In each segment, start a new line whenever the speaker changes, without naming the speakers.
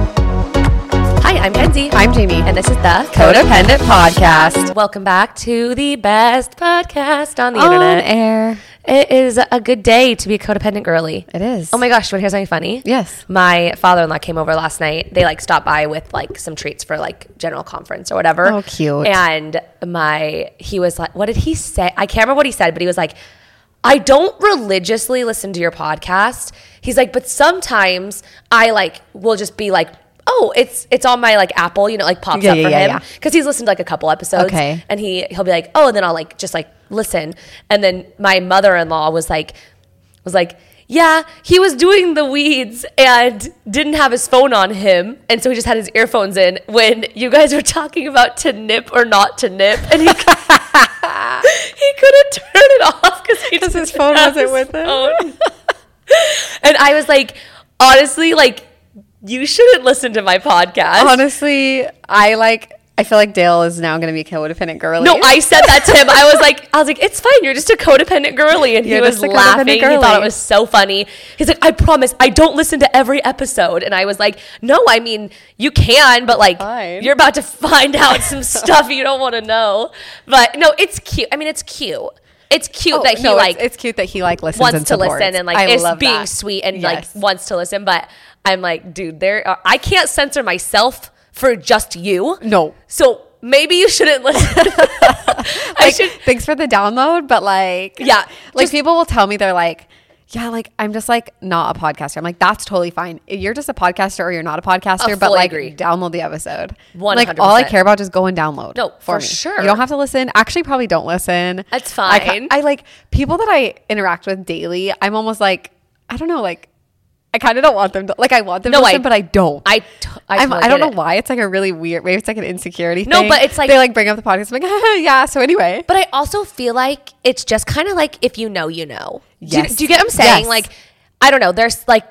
Hi, I'm Kenzie.
I'm Jamie.
And this is the
Codependent Podcast.
Welcome back to the best podcast on the
On
internet.
air.
It is a good day to be a codependent girly.
It is.
Oh my gosh, you want to hear something funny?
Yes.
My father in law came over last night. They like stopped by with like some treats for like general conference or whatever.
Oh, cute.
And my, he was like, what did he say? I can't remember what he said, but he was like, I don't religiously listen to your podcast. He's like, but sometimes I like will just be like, oh, it's it's on my like Apple, you know, like pops
Yeah,
up
yeah,
for
yeah,
him
yeah.
because he's listened to like a couple episodes.
Okay.
And he he'll be like, oh, and then I'll like just like listen. And then my mother in law was like, was like, yeah, he was doing the weeds and didn't have his phone on him, and so he just had his earphones in when you guys were talking about to nip or not to nip, and he. cou- He couldn't turn it off because he
his
didn't
phone
have
wasn't
his
with him.
phone. and I was like, honestly, like you shouldn't listen to my podcast.
Oh, Honestly, I like. I feel like Dale is now going to be a codependent girly.
No, I said that to him. I was like, I was like, it's fine. You're just a codependent girly, and he
You're
was
just a codependent
laughing. He thought it
girly.
was so funny. He's like, I promise, I don't listen to every episode. And I was like, No, I mean, you can, but like,
Fine.
you're about to find out some stuff you don't want to know. But no, it's cute. I mean, it's cute. It's cute
Oh,
that he
no, it's-
like
it's, cute that he like listens
wants
and
to
supports.
listen and like
I
is
love
being
that.
sweet and
Yes.
like wants to listen. But I'm like, dude, there. Are, I can't censor myself for just you.
No.
So maybe you shouldn't listen. I
Like,
should.
Thanks for the download, but like,
Yeah,
like
just-
people will tell me they're like, yeah, like I'm just like not a podcaster. I'm like, that's totally fine. You're just a podcaster or you're not a podcaster, but
fully
like,
agree.
download the episode. Like, all I
100%.
care about is go and download.
No, for
me.
sure.
You don't have to listen. Actually, probably don't listen.
That's
I ca-
fine.
I like people that I interact with daily. I'm almost like, I don't know, like. I kind of don't want them to like. I want them
No,
to
I-
listen, but I don't.
I t- I
I'm-
totally
I don't
get
know
it.
why. It's like a really weird. Maybe it's like an insecurity.
No,
thing.
but it's like-
they like bring up the podcast. I'm like, yeah. So anyway,
But I also feel like it's just kind of like if you know, you know. Do you- Do,
Yes.
you get what I'm saying?
Yes.
Like, I don't know. There's like,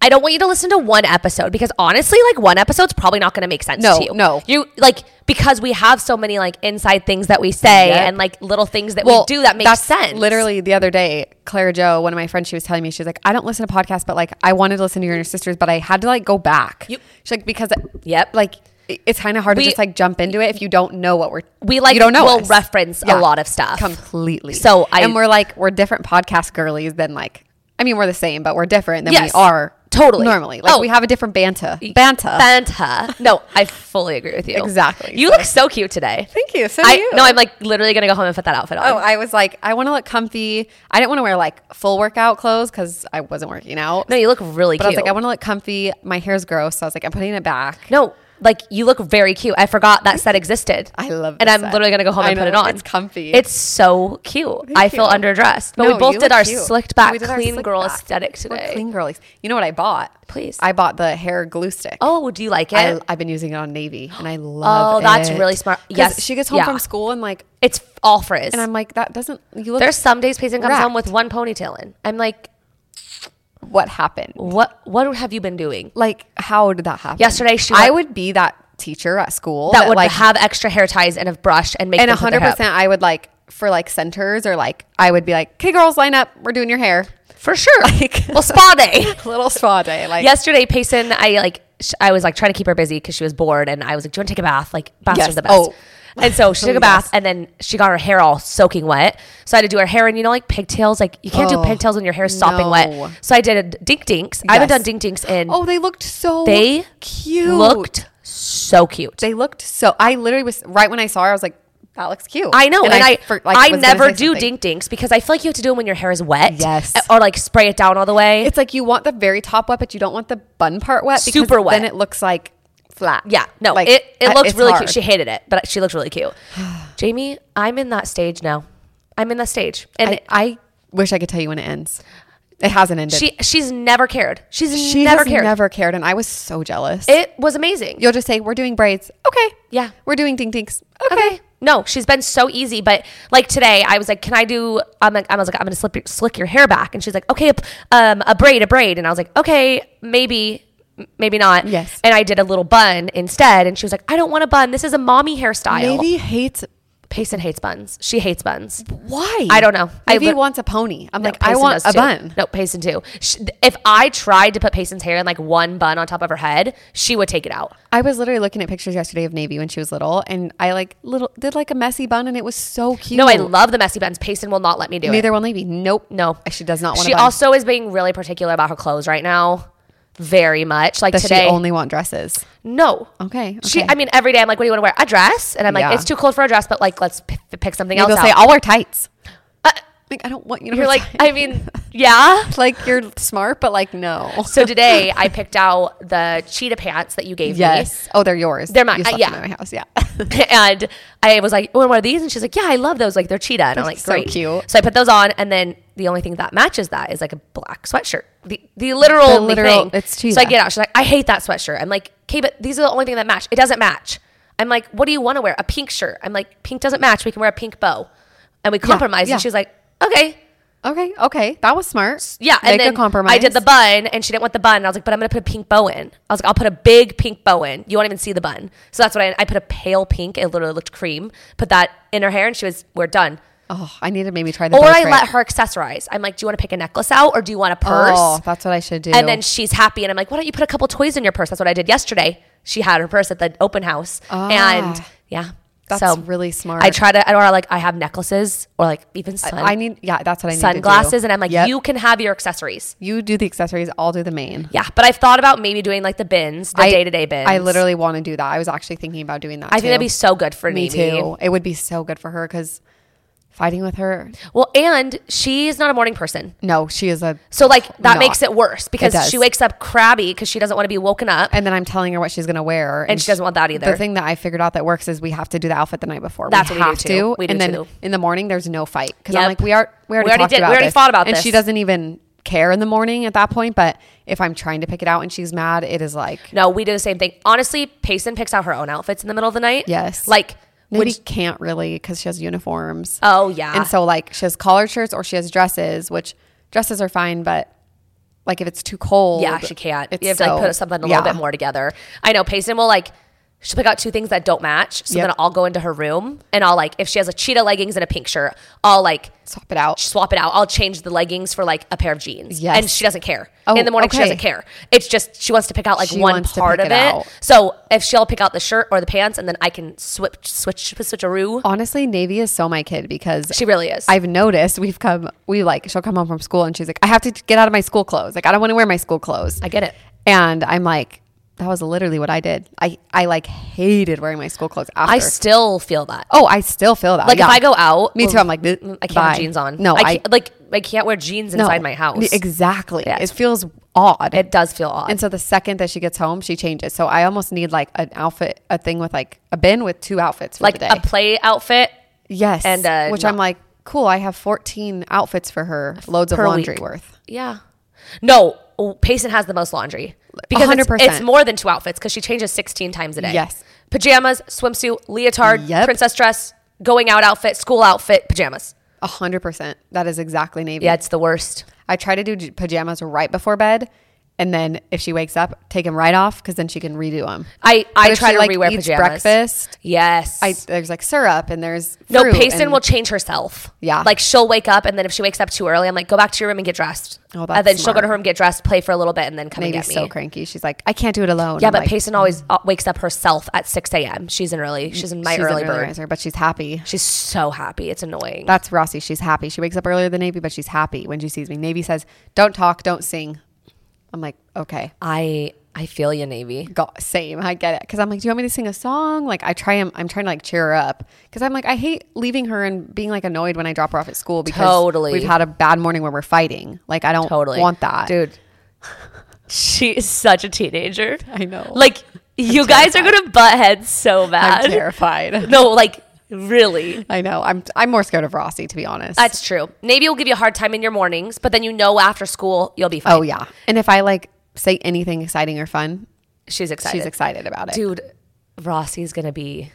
I don't want you to listen to one episode because honestly, like one episode's probably not going to make sense
No,
to you.
no.
you like because we have so many like inside things that we say
Yep.
and like little things that
well,
we do that makes
that's
sense.
Literally the other day, Clara Joe, one of my friends, she was telling me, she was like, I don't listen to podcasts, but like I wanted to listen to your Inner sisters, but I had to like go back.
You-
She's like, because
Yep.
like it- it's kind of hard
We-
to just like jump into it if you don't know what we're
We, like,
you don't know
will
us.
reference a lot of stuff.
completely.
So I-
and we're like we're different podcast girlies than like I mean we're the same, but we're different than
Yes.
we are
Totally.
normally. Like
Oh.
we have a different banta banta.
Banta. No, I fully agree with you.
Exactly.
You
So-
look so cute today.
Thank you. So do
I,
you.
No, I'm like literally going to go home and put that outfit on.
Oh, I was like, I want to look comfy. I didn't want to wear like full workout clothes because I wasn't working out.
no, you look really
But I
cute.
was like, I want to look comfy. My hair's gross, so I was like, I'm putting it back.
No, like you look very cute. I forgot that set existed.
I love
And
this
I'm
set.
literally gonna go home
I
and put it
know,
on.
it's comfy.
It's so cute. I feel
you.
underdressed, but
No,
we both
you
did
look
our
cute.
slicked back,
We did our
clean
slick
girl
back.
aesthetic
We're
today.
clean girlies. You know what I bought?
Please.
I bought the hair glue stick.
Oh, do you like it?
I, I've been using it on navy, and I love.
Oh, that's
it.
really smart.
'Cause
Yes,
she gets home
yeah.
from school and like,
it's all frizz.
and I'm like, that doesn't. You look.
There's some days Payson comes home
Correct.
with one ponytail in. I'm like,
what happened?
what? What have you been doing?
Like, how did that happen?
Yesterday she
I
went-
would be that teacher at school
That would
like
have extra hair ties and a brush and make
and
them put their
hundred
hair up.
percent. I would like for like centers or like I would be like, okay, girls, line up. We're doing your hair.
for sure.
Like-
well, spa day.
Little spa day, like
yesterday Payson I like sh- I was like trying to keep her busy because she was bored and I was like do you want to take a bath like baths
Yes.
are the best
Oh.
and so she took a
Yes.
bath and then she got her hair all soaking wet so I had to do her hair and you know like pigtails like you can't
Oh,
do pigtails when your hair's sopping
no.
wet so I did dink dinks I haven't
Yes.
done dink dinks in
Oh, they looked so
they
cute.
looked so cute
they looked so. I literally was right when I saw her. I was like, that looks cute.
I know, and, I
for- like,
I,
was gonna
never
say
do
something.
dink dinks because I feel like you have to do them when your hair is wet,
Yes.
or like spray it down all the way.
It's like you want the very top wet, but you don't want the bun part wet. because
Super wet.
Then it looks like flat.
Yeah, no,
Like,
it it
I-
looked
it's
really
hard.
cute. She hated it, but she looked really cute. Jamie, I'm in that stage now. I'm in that stage, and
I, I wish I could tell you when it ends. It hasn't ended.
She she's never cared. She's
She
never
has
cared.
never cared, and I was so jealous.
it was amazing.
You'll just say we're doing braids, okay?
Yeah.
we're doing dink dinks, okay.
okay. No, she's been so easy. But like today, I was like, "Can I do?" I'm like, I was like, "I'm gonna slip your, slick your hair back," and she's like, "Okay, a p- um, a braid, a braid," and I was like, "Okay, maybe." m- Maybe not.
Yes.
And I did a little bun instead. And she was like, I don't want a bun. This is a mommy hairstyle.
Maybe hates
Payson hates buns. She hates buns.
why?
I don't know. I
Maybe
lit-
wants a pony. I'm
No,
like, I
Payson
want
does
a
too.
bun.
No, Payson too. Sh if I tried to put Payson's hair in like one bun on top of her head, she would take it out.
I was literally looking at pictures yesterday of Navy when she was little, and I like little did like a messy bun, and it was so cute.
No, I love the messy buns. Payson will not let me do it.
neither will Navy. Nope,
No,
she does not want.
She
a bun.
also is being really particular about her clothes right now. Very much like
does
today.
she only want dresses?
no.
Okay,
She.
okay.
I mean, every day I'm like, "What do you want to wear? A dress?" And I'm like,
Yeah.
"It's too cold for a dress, but like, let's p- p- pick something
Maybe
else."
they'll
Out.
say I'll wear tights.
Uh,
Like I don't want you. To
you're
wear
like,
tights.
I mean, yeah.
like you're smart, but like no.
So today I picked out the cheetah pants that you gave me.
Yes. Oh, they're yours.
They're mine.
You
Uh,
slept
yeah.
in my house. Yeah.
and I was like, "One more of these," and she's like, "Yeah, I love those. Like they're cheetah." And I'm like,
so
"Great,
cute.
So I put those on, and then the only thing that matches that is like a black sweatshirt. The the literal,
The
only thing.
literal- it's
So I
cheetah.
get out. She's like, "I hate that sweatshirt." I'm like, "Okay, but these are the only thing that match. It doesn't match." I'm like, "What do you want to wear? A pink shirt?" I'm like, "Pink doesn't match. We can wear a pink bow," and we compromised.
yeah.
And she's like, "Okay."
okay. Okay. That was smart.
Yeah,
Make
and then
a compromise.
I did the bun, and she didn't want the bun. And I was like, "But I'm gonna put a pink bow in." I was like, "I'll put a big pink bow in. You won't even see the bun." So that's what I, I put a pale pink. It literally looked cream. Put that in her hair, and she was, "We're done."
Oh, I need to maybe try the.
Or I let her accessorize. I'm like, "Do you want to pick a necklace out, or do you want a purse?"
Oh, that's what I should do.
and then she's happy, and I'm like, "Why don't you put a couple toys in your purse?" That's what I did yesterday. She had her purse at the open house, and yeah,
Ah. That's
so
really smart.
I try to, or like I have necklaces, or like even sun,
I need. Yeah, that's what I need. to do.
sunglasses, and I'm like,
Yep.
"You can have your accessories."
You do the accessories. I'll do the main.
Yeah, but I've thought about maybe doing like the bins, the
I-
day to day bins.
I literally want to do that. I was actually thinking about doing that.
I think that'd be so good for
me
Navy.
too. It would be so good for her because fighting with her.
Well, and she's not a morning person,
No, she is a.
so like that
Not.
makes it worse because
does.
she wakes up crabby because she doesn't want to be woken up.
And then I'm telling her what she's gonna wear, and,
she doesn't want that either.
The thing that I figured out that works is we have to do the outfit the night before.
That's
we
what we do
have
too.
to,
We do
and then
too.
in the morning there's no fight because
Yep.
I'm like we are we already,
We already
talked
did- we
about
already
this.
thought about
and
this.
she doesn't even care in the morning at that point. But if I'm trying to pick it out and she's mad, it is like
No, we do the same thing. Honestly, Payson picks out her own outfits in the middle of the night.
Yes.
like
Maybe
which
can't really because she has uniforms.
Oh, yeah.
And so like she has collared shirts or she has dresses, which dresses are fine, but like if it's too cold,
yeah, she can't.
it's
you have to like
so-
put something a
yeah.
little bit more together. I know Payson will like. She'll pick out two things that don't match. So
Yep.
then I'll go into her room and I'll like, if she has a cheetah leggings and a pink shirt, I'll like
Swap it out.
swap it out. I'll change the leggings for like a pair of jeans.
Yes.
And she doesn't care.
Oh,
In the morning, she
okay.
doesn't care. It's just she wants to pick out like
She
one
wants to
part
pick
of it.
it out.
So if she'll pick out the shirt or the pants, and then I can switch, switch, switcheroo.
Honestly, Navy is so my kid because
She really is.
I've noticed we've come, we like, she'll come home from school and she's like, I have to get out of my school clothes. Like, I don't want to wear my school clothes.
I get it.
And I'm like, that was literally what I did. I, I like hated wearing my school clothes after.
I still feel that.
oh, I still feel that.
Like
Yeah.
if I go out, mm,
me too. I'm like,
I
"Bleh,
can't
bye."
have jeans on.
No,
I,
I,
can't- like I can't wear jeans
no.
inside my house.
Exactly. It feels odd.
It does feel odd.
And so the second that she gets home, she changes. So I almost need like an outfit, a thing with like a bin with two outfits for
like
the day.
a play outfit.
yes.
and, uh,
which
no-
I'm like, cool. I have 14 outfits for her, loads of
Per
laundry
week.
worth.
Yeah. No, Payson has the most laundry because it's,
100%.
it's more than two outfits because she changes 16 times a day.
Yes.
Pajamas, swimsuit, leotard,
Yep.
princess dress, going out outfit, school outfit, pajamas.
A hundred percent. That is exactly Navy.
Yeah, it's the worst.
I try to do j- pajamas right before bed. And then if she wakes up, take them right off because then she can redo them.
I, I
if
try
she,
to
like,
rewear
eats
pajamas.
breakfast-
Yes.
I, there's like syrup and there's
no,
fruit
Payson
and-
will change herself.
Yeah.
Like she'll wake up and then if she wakes up too early, I'm like, go back to your room and get dressed.
Oh, that's
and then she'll go
smart.
to her room, get dressed, play for a little bit, and then come
Navy's
and get me.
so cranky. She's like, I can't do it alone.
Yeah,
I'm
but
like, mm.
Payson always uh, wakes up herself at 6 a.m. She's an early, she's in my
she's an
early bird.
riser, but she's happy.
She's so happy. It's annoying.
That's Rossi. She's happy. She wakes up earlier than Navy, but she's happy when she sees me. Navy says, "Don't talk, don't sing." I'm like, okay,
I I feel you, Navy.
got, same. I get it. Because I'm like, do you want me to sing a song? Like, I try. I'm, I'm trying to like cheer her up because I'm like, I hate leaving her and being like annoyed when I drop her off at school because
Totally.
we've had a bad morning where we're fighting. Like, I don't
Totally
want that,
dude. She is such a teenager. I
know.
Like you guys are gonna butt heads so
I'm
bad.
terrified.
No, like really.
I know. I'm I'm more scared of Rossi to be honest.
That's true. Maybe we'll give you a hard time in your mornings, but then you know after school you'll be fine.
oh yeah. And if I like say anything exciting or fun,
she's excited.
she's excited about it.
Dude, Rossi's gonna be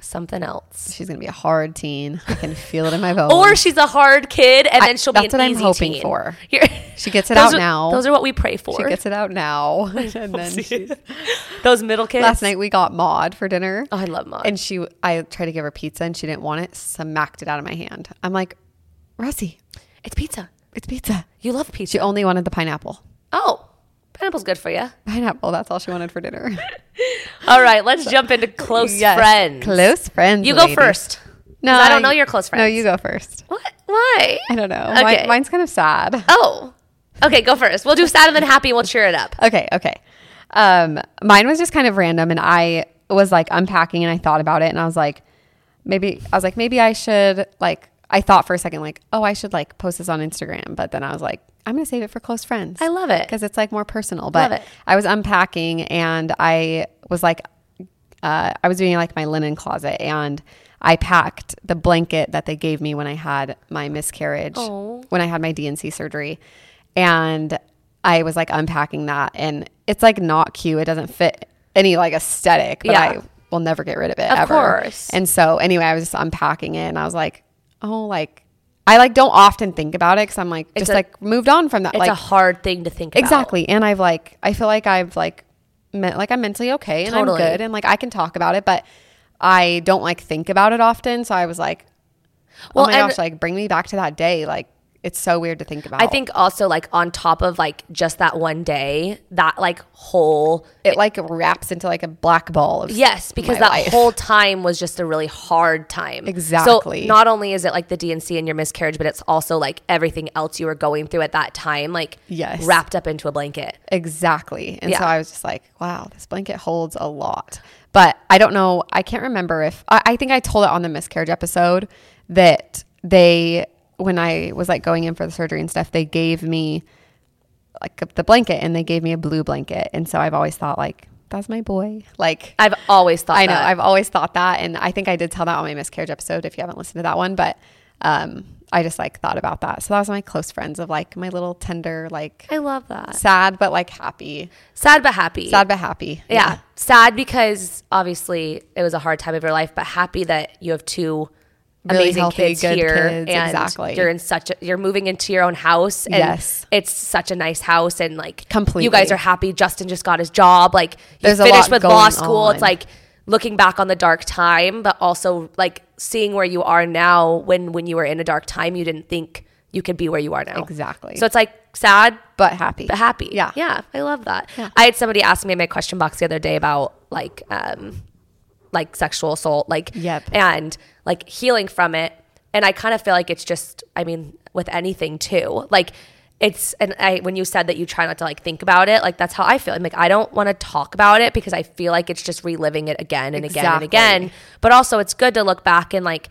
something else.
She's gonna be a hard teen. I can feel it in my bones.
Or she's a hard kid, and
Oh. I-
then she'll be.
that's
an
what I'm
easy
hoping
teen.
for.
Here-
She gets it
Those
out
are-
now.
Those are what we pray for.
she gets it out now. and then she,
those middle kids.
last night we got Maud for dinner.
oh, I love mom.
And she, I tried to give her pizza and she didn't want it. Smacked it out of my hand. I'm like, Rossi,
it's pizza.
it's pizza.
You love pizza.
She only wanted the pineapple.
oh, pineapple's good for you.
Pineapple. That's all she wanted for dinner.
All right, let's jump into close
Yes.
friends.
Close friends.
You go
lady.
first.
No,
I don't know your close
No,
friends.
you go first.
What? Why?
I don't know.
Okay.
Mine, mine's kind of sad.
oh, okay. Go first. We'll do sad and then happy. and We'll cheer it up.
Okay, okay. Um, mine was just kind of random, and I was like unpacking, and I thought about it, and I was like, maybe I was like, maybe I should like. I thought for a second, like, oh, I should like post this on Instagram, but then I was like, I'm gonna save it for close friends.
I love it.
because it's like more personal.
Love it.
But I was unpacking, and I was like, uh, I was doing like my linen closet, and I packed the blanket that they gave me when I had my miscarriage, when I had my DNC surgery, and I was like unpacking that, and it's like not cute. It doesn't fit any like aesthetic, but
Yeah.
I will never get rid of it
Of
ever.
course.
And so anyway, I was just unpacking it, and I was like, oh, like. I like don't often think about it because I'm like just
a-
like moved on from that.
It's
like
a hard thing to think. about.
Exactly. And I've like, I feel like I've like, meant like I'm mentally okay and
Totally.
I'm good and like I can talk about it, but I don't like think about it often. So I was like,
Well,
oh my
and-
gosh, like bring me back to that day. Like it's so weird to think about.
I think also like on top of like just that one day, that like whole
it like wraps into like a black ball of
Yes, because
my
that
life.
whole time was just a really hard time. So
Exactly.
not only is it like the DNC and your miscarriage, but it's also like everything else you were going through at that time, like
Yes.
wrapped up into a blanket.
Exactly. And so
Yeah.
I was just like, wow, this blanket holds a lot. But I don't know. I can't remember if I, I think I told it on the miscarriage episode that they, when I was like going in for the surgery and stuff, they gave me like the blanket and they gave me a blue blanket. And so I've always thought, like, that's my boy. Like,
I've always thought
I know.
that.
I've always thought that, and I think I did tell that on my miscarriage episode. If you haven't listened to that one, but um, I just like thought about that. So that was my close friends of like my little tender, like
I love that.
sad but like happy,
Sad but happy.
sad but happy.
yeah. Sad because obviously it was a hard time of your life, but happy that you have two
Really
amazing
healthy,
kids
good
here.
kids,
and
exactly.
You're in such a, you're moving into your own house. And
Yes.
It's such a nice house and like You guys
Completely.
are happy. Justin just got his job. Like you
There's a
finished
lot
with law
going
school. It's
on.
like looking back on the dark time, but also like seeing where you are now when when you were in a dark time you didn't think you could be where you are now.
Exactly.
So it's like sad
but happy,
but happy.
Yeah,
yeah, I love that. I had somebody ask me in my question box the other day about like, um, like sexual assault, like,
Yep.
and like healing from it. And I kind of feel like it's just, I mean, with anything too, like it's, and I, when you said that you try not to like think about it, like that's how I feel. I'm like, I don't want to talk about it because I feel like it's just reliving it again and again and
Exactly.
again. But also it's good to look back and like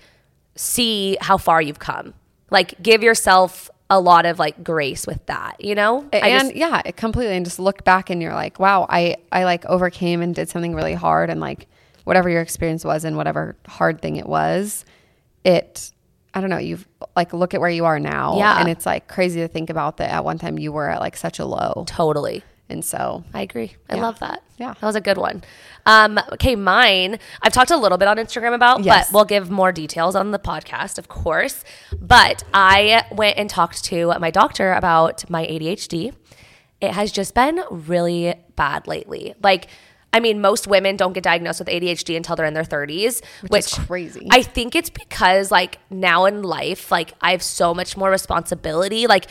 see how far you've come. Like give yourself a lot of like grace with that, you know? I just-
and yeah, it completely. And just look back, and you're like, wow, I I like overcame and did something really hard, and like whatever your experience was, and whatever hard thing it was, it. I don't know. You've like look at where you are now,
Yeah.
and it's like crazy to think about that. At one time, you were at like such a low,
Totally.
and so
I agree. I love that.
Yeah.
That was a good one. Um, okay, mine, I've talked a little bit on Instagram about,
Yes.
but we'll give more details on the podcast, of course. But I went and talked to my doctor about my ADHD. It has just been really bad lately. Like, I mean, most women don't get diagnosed with ADHD until they're in their 30s, which,
is crazy.
I think it's because like now in life, like I have so much more responsibility. Like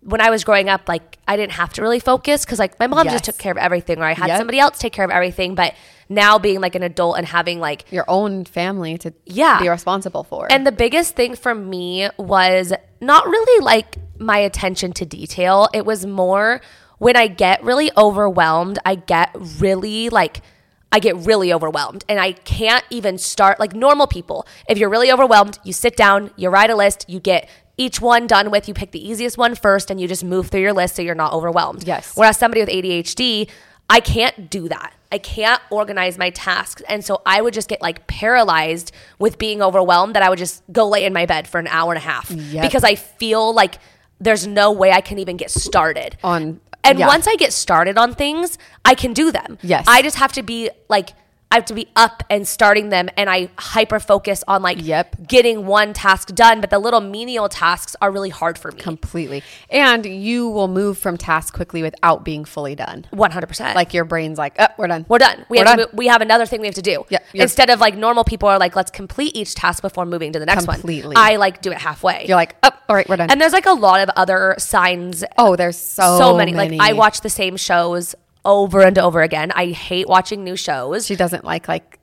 when I was growing up, like I didn't have to really focus because like my mom just
Yes.
took care of everything, or I had
Yep.
somebody else take care of everything. But now being like an adult and having like
your own family to
Yeah.
be responsible for.
and the biggest thing for me was not really like my attention to detail. It was more when I get really overwhelmed, I get really like, I get really overwhelmed and I can't even start like normal people. If you're really overwhelmed, you sit down, you write a list, you get each one done with, you pick the easiest one first and you just move through your list so you're not overwhelmed.
Yes.
Whereas somebody with ADHD, I can't do that. I can't organize my tasks. And so I would just get like paralyzed with being overwhelmed that I would just go lay in my bed for an hour and a half
Yep.
because I feel like there's no way I can even get started.
On-
and
yeah.
once I get started on things, I can do them.
Yes.
I just have to be like I have to be up and starting them and I hyper focus on like
Yep.
getting one task done, but the little menial tasks are really hard for me.
completely. And you will move from task quickly without being fully done.
100%.
Like your brain's like, oh, we're done.
We're done. We
We're
have
done.
To, we have another thing we have to do.
Yeah, yeah.
Instead of like normal people are like, let's complete each task before moving to the next
Completely.
one. I like do it halfway.
You're like, oh, all right, we're done.
and there's like a lot of other signs.
oh, there's so,
so many. Like I watch the same shows over and over again. I hate watching new shows.
She doesn't like like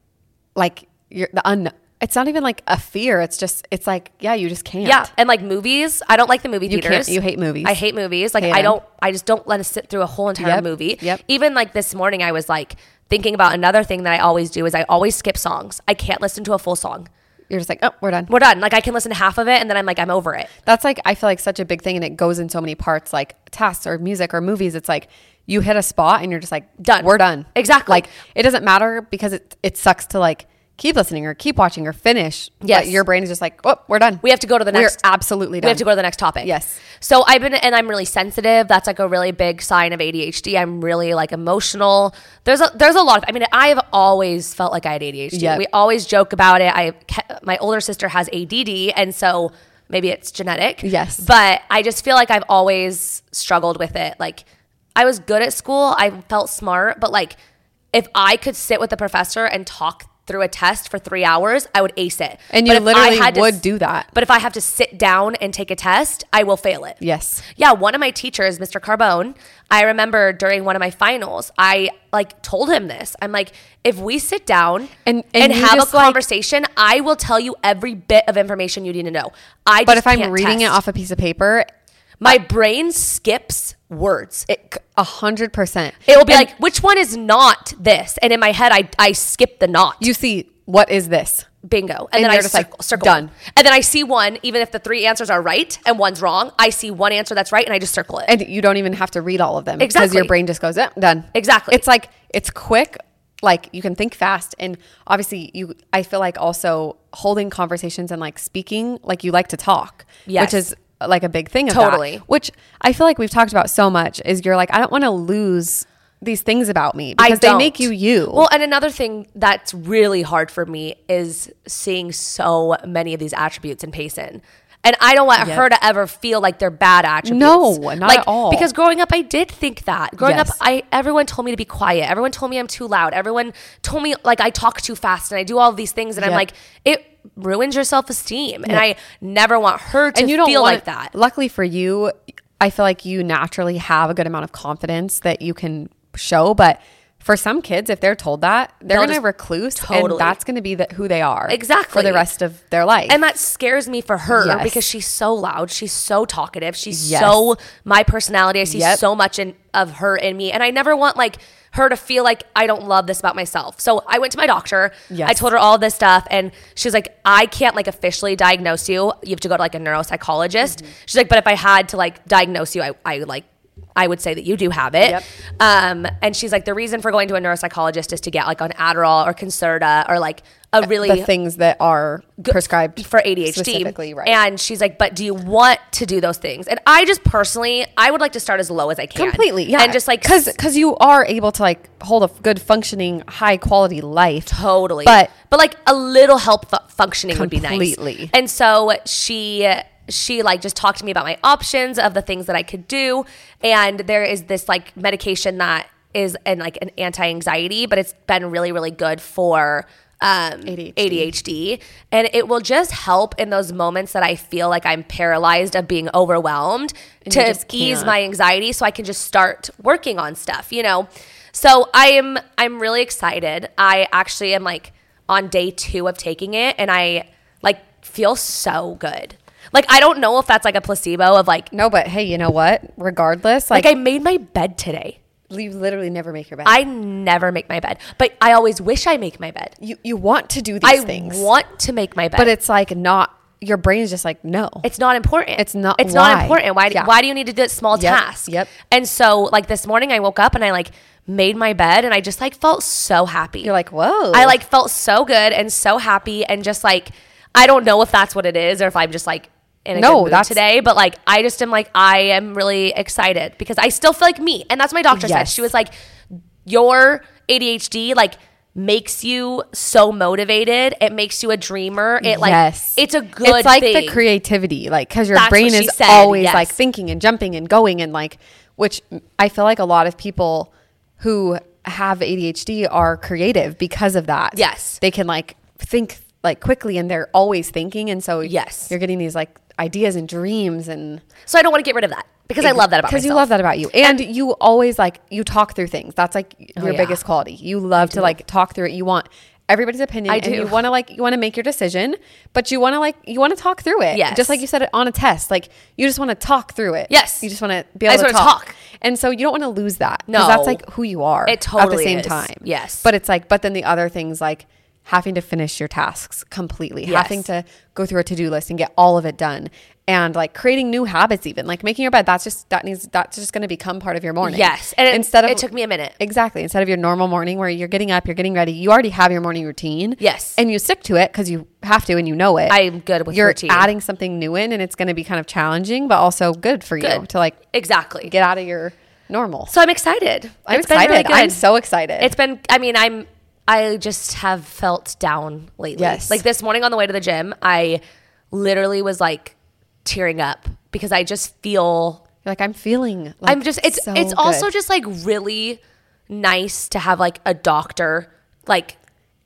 like you're the un. It's not even like a fear. It's just it's like yeah, you just can't.
Yeah, and like movies. I don't like the movie
You can't-
theaters.
you hate movies.
I hate movies. Like
Hate
I
'em.
don't. I just don't let us sit through a whole entire
Yep,
movie.
yep.
Even like this morning, I was like thinking about another thing that I always do is I always skip songs. I can't listen to a full song.
You're just like oh, we're done.
We're done. Like I can listen to half of it and then I'm like I'm over it.
That's like I feel like such a big thing, and it goes in so many parts, like tasks or music or movies. It's like you hit a spot and you're just like
Done.
We're done.
Exactly.
Like it doesn't matter because it it sucks to like keep listening or keep watching or finish.
Yes.
But your brain is just like oh, we're done.
We have to go to the next.
We're absolutely done.
We have to go to the next topic.
Yes.
So I've been, and I'm really sensitive. That's like a really big sign of ADHD. I'm really like emotional. There's a there's a lot of. I mean, I've always felt like I had ADHD.
Yep.
We always joke about it. I ke- my older sister has ADD, and so maybe it's genetic.
Yes.
But I just feel like I've always struggled with it. Like I was good at school. I felt smart, but like if I could sit with the professor and talk through a test for three hours, I would ace it.
And
But
you
if I
literally
had to
would
s-
do that.
but if I have to sit down and take a test, I will fail it.
Yes.
Yeah, one of my teachers, Mr. Carbone, I remember during one of my finals, I like told him this. I'm like, if we sit down
And-
and,
and you
have a
just, like-
conversation, I will tell you every bit of information you need to know. I
But
just
if I'm
can't
reading it
test.
off a piece of paper,
my brain skips words.
it c- a hundred percent.
It will be like, which one is not this? And in my head, I I skip the not.
you see what is this?
bingo
And
and, then i
you're just like,
circle, circle
done.
and then i see one even if the three answers are right and one's wrong i see one answer that's right and i just circle it
and you don't even have to read all of them because your
Exactly.
brain just goes "Eh, done
Exactly.
it's like it's quick like you can think fast and obviously you i feel like also holding conversations and like speaking like you like to talk
Yes.
which is uh, like a big thing of
Totally.
that, which i feel like we've talked about so much is you're like i don't want to lose these things about me
I
because they make you
don't.
you
well and another thing that's really hard for me is seeing so many of these attributes in payson and I don't want
Yep.
her to ever feel like they're bad attributes.
No, not
like,
at all.
Because growing up, I did think that. Growing
Yes.
up, I everyone told me to be quiet. Everyone told me I'm too loud. Everyone told me like I talk too fast and I do all these things. And I'm
Yep.
like, it ruins your self esteem. And I never want her to
and you don't
feel
want-
like that.
Luckily for you, I feel like you naturally have a good amount of confidence that you can show. But for some kids, if they're told that, they're
They'll
going to
just-
recluse, and
Totally.
that's going to be the, who they are for
Exactly.
the rest of their life.
And that scares me for her
Yes.
because she's so loud. She's so talkative. She's
Yes.
so my personality. I see
Yep.
so much in of her in me. And I never want like her to feel like I don't love this about myself. So I went to my doctor.
Yes.
I told her all this stuff and she was like, I can't like officially diagnose you. You have to go to like a neuropsychologist.
Mm-hmm.
She's like, but if I had to like diagnose you, I, I like I would say that you do have it.
Yep.
Um, and she's like, the reason for going to a neuropsychologist is to get like an Adderall or Concerta or like a really
the things that are prescribed
for ADHD
specifically, right?
And she's like, "But do you want to do those things?" And I just personally, I would like to start as low as I can,
completely, yeah.
and just like
because because you are able to like hold a f- good functioning, high quality life.
totally,
but
but like a little help fu- functioning would be nice.
Completely.
And so she she like just talked to me about my options of the things that I could do, and there is this like medication that is an like an anti anxiety, but it's been really really good for. Um,
ADHD.
ADHD, and it will just help in those moments that I feel like I'm paralyzed of being overwhelmed
you
to
just
ease
can't.
my anxiety so I can just start working on stuff, you know. So I am I'm really excited. I actually am like on day 2 of taking it and I like feel so good. Like I don't know if that's like a placebo of like
no, but hey, you know what? Regardless, like,
like I made my bed today.
you literally never make your bed.
I never make my bed, but I always wish I make my bed.
you you want to do these
I
things.
want to make my bed.
but it's like not your brain is just like, no.
It's not important.
It's not-
It's
why?
not important. Why? do-
Yeah.
Why do you need to do that small
Yep,
task?
yep.
And so, like this morning, I woke up and I like made my bed and I just like felt so happy.
You're like, whoa.
I like felt so good and so happy and just like I don't know if that's what it is or if I'm just like in a
No,
good mood
that's-
today, but like I just am like I am really excited because I still feel like me, and that's what my doctor said.
Yes.
She was like, your ADHD like makes you so motivated. It makes you a dreamer. It like it's a good.
It's like
thing.
the creativity, like because your
That's
brain
what she
is
said,
always
yes.
like thinking and jumping and going and like, which I feel like a lot of people who have ADHD are creative because of that.
Yes.
they can like think like quickly and they're always thinking, and so
Yes.
you're getting these like ideas and dreams and
So I don't want to get rid of that because I love that about myself.
because you love that about you and, you always like you talk through things that's like
Oh,
your
yeah.
biggest quality you love to like talk through it you want everybody's opinion
I
and
do.
you want to like you want to make your decision but you want to like you want to talk through it
Yes.
just like you said it on a test like you just want to talk through it
Yes.
you just want to be
I
able to
just wanna
talk.
talk.
and so you don't want to lose that 'cause
No.
that's like who you are
It
at the
totally
same
is.
time
Yes.
but it's like but then the other things like having to finish your tasks completely
Yes.
having to go through a to-do list and get all of it done and like creating new habits even like making your bed that's just that needs that's just going to become part of your morning
Yes, and it- it took me a minute.
exactly instead of your normal morning where you're getting up you're getting ready you already have your morning routine
Yes.
and you stick to it because you have to and you know it
I'm good with
you're
routine.
adding something new in and it's going to be kind of challenging but also good for you
Good.
to like
exactly.
get out of your normal
so I'm excited.
i'm
It's been
excited
really
i'm
good.
so excited
It's been. I mean, I'm. I just have felt down lately.
Yes.
Like this morning on the way to the gym, I literally was like tearing up because I just feel.
You're like i'm feeling like,
I'm just. It's.
so
it's also
good.
just like really nice to have like a doctor like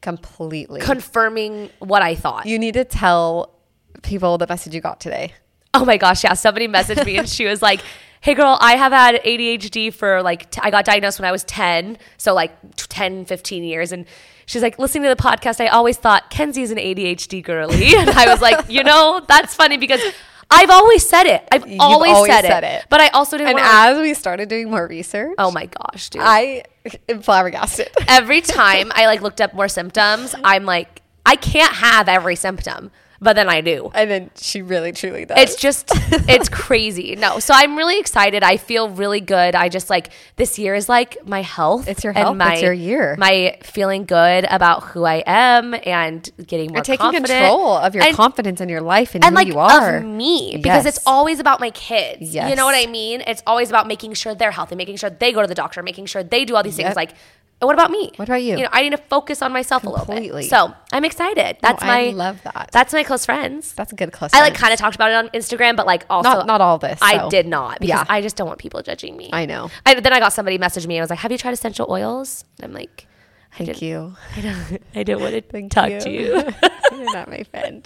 completely
confirming what I thought.
you need to tell people the message you got today
Oh my gosh, yeah. Somebody messaged me and she was like, Hey girl, I have had ADHD for like, t- I got diagnosed when I was 10, so like t- 10, 15 years. And she's like, Listening to the podcast, I always thought Kenzie's an ADHD girly. And I was like, You know, that's funny because I've always said it. I've always,
always
said,
said
it.
it.
But I also didn't
and
want
as we started doing more research
Oh my gosh, dude.
i am flabbergasted
every time I like looked up more symptoms, I'm like, I can't have every symptom. But then I do.
and then she really truly does
It's just, it's crazy. No, so I'm really excited. I feel really good. I just like this year is like my health.
It's your health. It's your year.
My feeling good about who I am and getting more
You're taking
confident.
control of your
and,
confidence in your life and,
and
who
like
you are.
of me because
Yes.
it's always about my kids. You
Yes.
know what I mean? It's always about making sure they're healthy, making sure they go to the doctor, making sure they do all these
Yep.
things. Like, what about me?
What about you?
You know, I need to focus on myself a little
Completely. Oh,
bit. So I'm excited. That's
I
my
love that.
That's my close friends.
That's a good close.
I like
friend.
kind of talked about it on Instagram, but like also
Not- not all this,
I
so.
did not because
Yeah.
I just don't want people judging me.
I know.
I, then I got somebody message me and was like, "Have you tried essential oils?" And I'm like, I
Thank
didn't,
you.
I don't, I don't want to talk to you.
You're not my friend.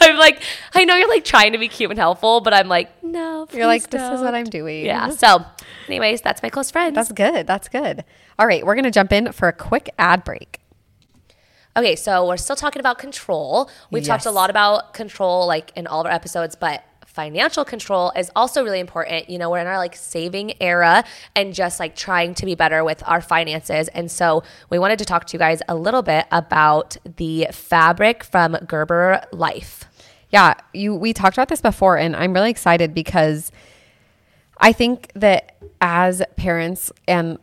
I'm like, I know you're like trying to be cute and helpful, but I'm like, no.
You're like,
please
this is what
don't."
I'm doing.
Yeah. So, anyways, that's my close friends.
That's good. That's good. All right, we're gonna jump in for a quick ad break.
Okay, so we're still talking about control. We've talked a
Yes.
lot about control like in all of our episodes, but financial control is also really important. You know, we're in our like saving era and just like trying to be better with our finances. And so we wanted to talk to you guys a little bit about the fabric from Gerber Life.
Yeah, you. We talked about this before, and I'm really excited because I think that as parents and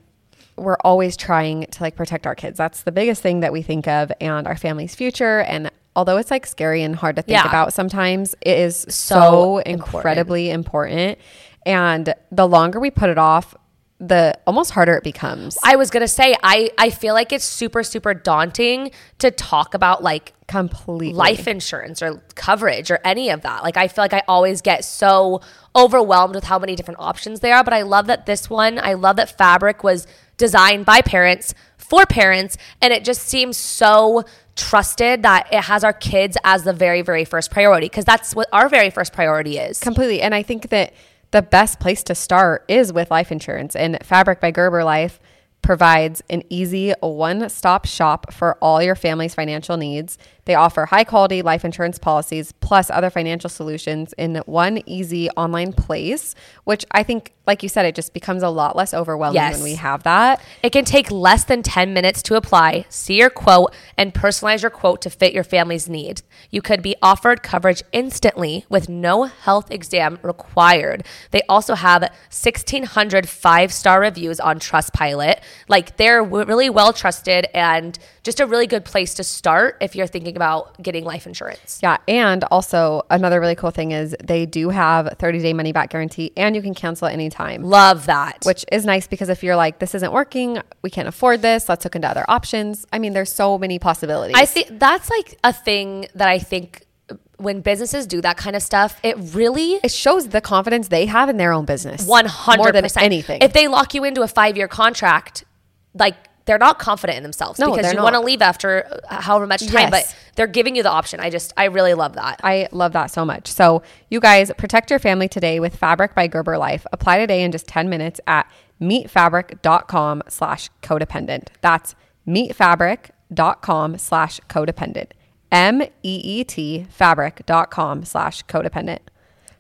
we're always trying to like protect our kids. That's the biggest thing that we think of and our family's future and although it's like scary and hard to think
Yeah.
about sometimes, it is
So
so, incredibly important. And the longer we put it off, the almost harder it becomes.
I was gonna say, I, I feel like it's super, super daunting to talk about like
Completely.
life insurance or coverage or any of that. Like I feel like I always get so overwhelmed with how many different options there are, but I love that this one, I love that Fabric was designed by parents for parents and it just seems so trusted that it has our kids as the very very first priority because that's what our very first priority is.
Completely. And I think that the best place to start is with life insurance. And Fabric by Gerber Life provides an easy one stop shop for all your family's financial needs. They offer high quality life insurance policies plus other financial solutions in one easy online place, which I think, like you said, it just becomes a lot less overwhelming
Yes.
when we have that.
It can take less than 10 minutes to apply, see your quote, and personalize your quote to fit your family's need. You could be offered coverage instantly with no health exam required. They also have 1,600 five star reviews on Trustpilot. Like they're w- really well trusted and just a really good place to start if you're thinking about getting life insurance.
Yeah. And also, another really cool thing is they do have a 30 day money back guarantee and you can cancel at any time.
Love that.
which is nice because if you're like, this isn't working, we can't afford this, let's look into other options. I mean, there's so many possibilities.
I think that's like a thing that I think when businesses do that kind of stuff, it really
it shows the confidence they have in their own business.
One hundred
More
percent.
than anything.
If they lock you into a five year contract, like they're not confident in themselves
No,
because
they're
you want to
not.
leave after uh, however much time.
Yes.
But they're giving you the option. I just I really love that.
I love that so much. So, you guys, protect your family today with Fabric by Gerber Life. Apply today in just 10 minutes at meetfabric.com slash codependent. That's meetfabric.com slash codependent. M E E T fabric.com slash codependent.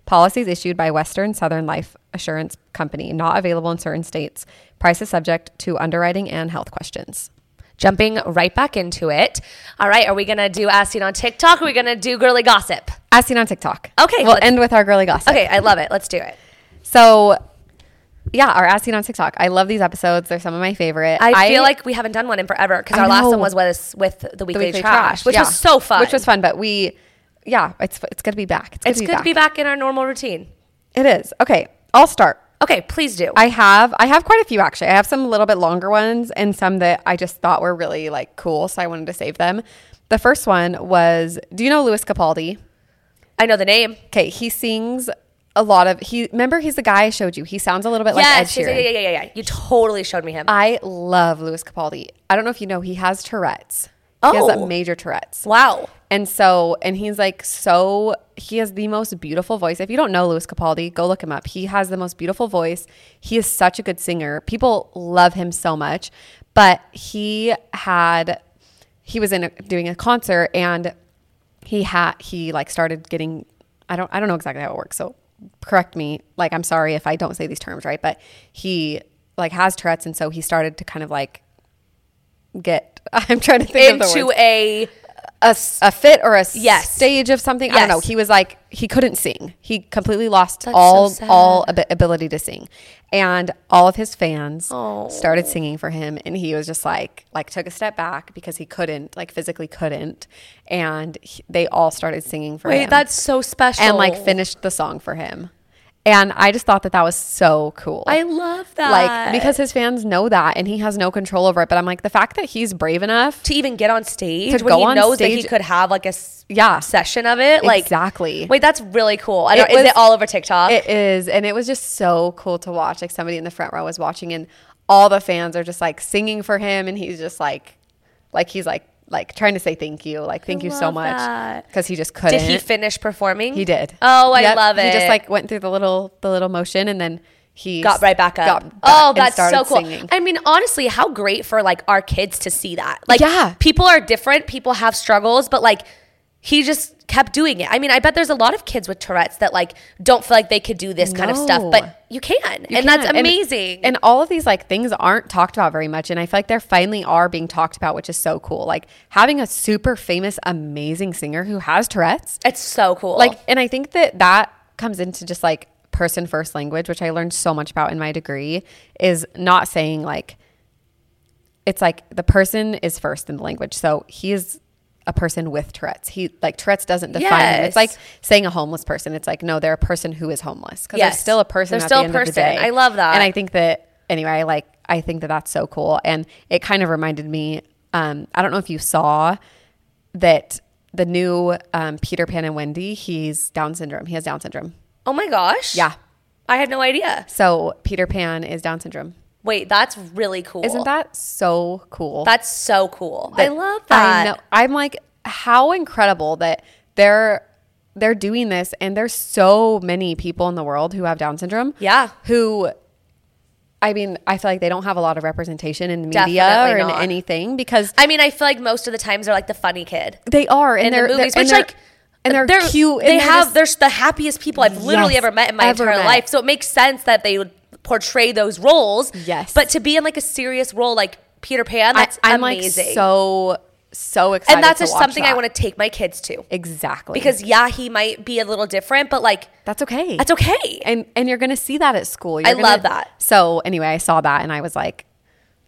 Policies issued by Western Southern Life Assurance Company, not available in certain states. Price is subject to underwriting and health questions.
Jumping right back into it. All right, are we gonna do Ask Seen on TikTok? Or are we gonna do girly gossip?
As seen on TikTok.
Okay,
We'll
let's-
end with our girly gossip.
Okay, I love it. Let's do it.
So, yeah, our Asking on TikTok. I love these episodes. They're some of my favorite.
I, feel like we haven't done one in forever because
I
our last
know.
one was with with the
the
weekly,
weekly
trash, which
yeah.
was so fun.
Which was fun, but we, yeah, it's it's good to be back. It's good,
It's
to, be
good
back.
to be back in our normal routine.
It is okay. I'll start.
Okay, please do.
I have I have quite a few actually. I have some little bit longer ones and some that I just thought were really like cool, so I wanted to save them. The first one was, do you know Louis Capaldi?
I know the name.
Okay, he sings a lot of he. Remember, he's the guy I showed you. He sounds a little bit
Yes,
like Ed
yes,
Sheeran. Uh,
yeah, yeah, yeah, yeah, yeah. You totally showed me him.
I love Louis Capaldi. I don't know if you know, he has Tourette's. He has
Oh.
a major Tourette's.
wow.
And so, and he's like so, he has the most beautiful voice. If you don't know Louis Capaldi, go look him up. He has the most beautiful voice. He is such a good singer. People love him so much. But he had, he was in a, doing a concert and he had, he like started getting, I don't, I don't know exactly how it works. So correct me. Like, I'm sorry if I don't say these terms right, but he like has Tourette's. And so he started to kind of like get, I'm trying to think of the
into
words
a
a, a fit or a
Yes.
stage of something. I don't know.
Yes.
He was like he couldn't sing. He completely lost
That's
all
so sad.
all ab- ability to sing, and all of his fans started singing for him. And he was just like like took a step back because he couldn't like physically couldn't, and he- they all started singing for him.
wait. That's so special.
and like finished the song for him. And I just thought that that was so cool.
I love that.
like because his fans know that, and he has no control over it. But I'm like the fact that he's brave enough
to even get on stage
To
when
go
he
on
knows that he
stage-
could have like a s-
Yeah.
session of it. Like
Exactly.
Wait, that's really cool. I don't,
It
is
was-
it all over TikTok?
It is. And it was just so cool to watch. Like somebody in the front row was watching and all the fans are just like singing for him and he's just like like he's like like trying to say thank you. Like thank you so
love
much.
that.
Cuz he just couldn't.
did he finish performing?
He did.
Oh, I
Yep.
love it.
He just like went through the little the little motion and then he
got right back up.
got back
oh,
and
that's so
started
cool.
singing.
I mean, honestly, how great for like our kids to see that. Like,
Yeah.
people are different. People have struggles, but like, he just kept doing it. I mean, I bet there's a lot of kids with Tourette's that like don't feel like they could do this kind of stuff,
No.
but you can,
You
and
can.
that's amazing.
And, all of these like things aren't talked about very much, and I feel like they finally are being talked about, which is so cool. Like having a super famous, amazing singer who has Tourette's,
it's so cool.
like, and I think that that comes into just like person first language, which I learned so much about in my degree, is not saying like it's like the person is first in the language. So he is a person with Tourette's. He like Tourette's doesn't define him.
Yes.
It's like saying a homeless person. It's like no, they're a person who is homeless because
Yes.
they're still a person.
They're
at
still
the
a
end Of the
person.
day.
I love that.
And I think that anyway. I like. I think that that's so cool, and it kind of reminded me. Um, I don't know if you saw that the new um, Peter Pan and Wendy. He's Down syndrome. He has Down syndrome.
oh my gosh.
Yeah.
I had no idea.
So Peter Pan is Down syndrome.
Wait, that's really cool.
Isn't that so cool?
That's so cool. I
that-
love that.
I know. I'm like, how incredible that they're they're doing this, and there's so many people in the world who have Down syndrome.
Yeah.
who I mean, I feel like they don't have a lot of representation in the media
Definitely
or
not.
in anything because
I mean, I feel like most of the times they're like the funny kid.
they are and
in
they're
the movies,
they're,
which
and they're-
like
and they're, cute. and
they
they're
have
just-
they're s- the happiest people I've literally
Yes,
ever met in my
ever
entire
met.
life. So it makes sense that they would portray those roles.
Yes.
but to be in like a serious role like Peter Pan, that's
I, am
amazing.
like so so excited.
and that's
to
just
watch
something I
that.
want to take my kids to
exactly
because yeah, he might be a little different, but like
that's okay.
that's okay.
and and you're gonna see that at school. You're
I love
gonna-
that.
So anyway, I saw that and I was like,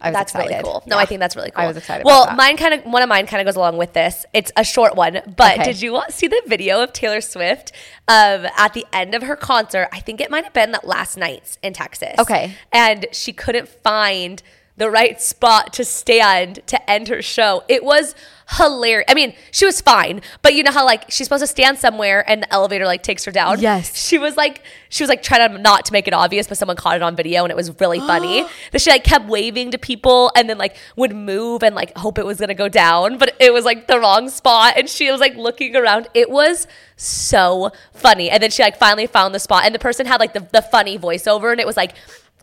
I was
That's
excited.
really cool. No,
Yeah.
I think that's really cool.
I was excited.
Well,
about that.
mine kind of one of mine kind of goes along with this. It's a short one, but
Okay.
did you wa- see the video of Taylor Swift um, at the end of her concert? I think it might have been that last night's in Texas.
Okay.
and she couldn't find the right spot to stand to end her show. It was hilarious. I mean, she was fine, but you know how like she's supposed to stand somewhere and the elevator like takes her down.
Yes.
she was like she was like trying to not to make it obvious, but someone caught it on video and it was really funny. that she like kept waving to people and then like would move and like hope it was gonna go down, but it was like the wrong spot and she was like looking around. It was so funny. And then she like finally found the spot and the person had like the, the funny voiceover and it was like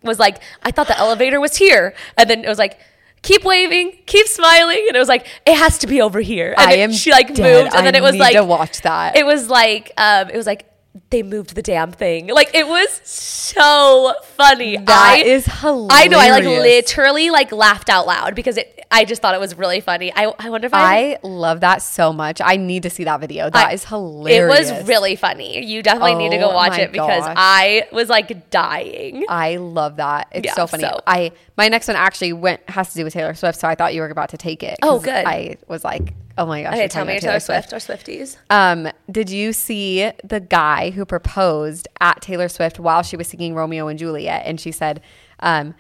was like, I thought the elevator was here. And then it was like Keep waving, keep smiling, and it was like it has to be over here. And
I
then
am
she like
dead.
moved, and
I
then it was
need
like
to watch that.
It was like um, it was like they moved the damn thing. Like it was so funny.
That
I,
is
I know. I like
hilarious.
literally like laughed out loud because it. I just thought it was really funny. I, I wonder if I.
I love that so much. I need to see that video. That
I-
is hilarious.
It was really funny. You definitely need to go
Oh
watch
my
it because
gosh.
I was like dying.
I love that. It's
Yeah,
so funny.
so-
I my next one actually went has to do with Taylor Swift, so I thought you were about to take it.
Oh,
'cause
good.
I was like, oh my gosh.
Okay,
you're
tell
talking
me
about
your Taylor Swift or Swifties.
Um, did you see the guy who proposed at Taylor Swift while she was singing Romeo and Juliet? And she said, um,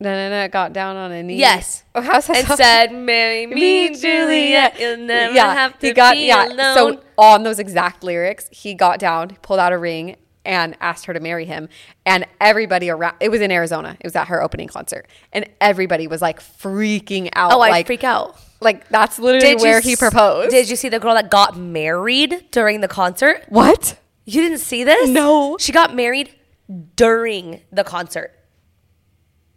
no, no, no, got down on a knee.
Yes.
Oh, how's that?
And
song?
said, "Marry me, Juliet. You'll never have to be alone."
So on those exact lyrics, he got down, pulled out a ring, and asked her to marry him. And everybody around it was in Arizona. It was at her opening concert, and everybody was like freaking out.
oh, I
like,
freak out.
Like that's literally
you
where he
s-
proposed.
Did you see the girl that got married during the concert?
what?
You didn't see this?
No.
She got married during the concert.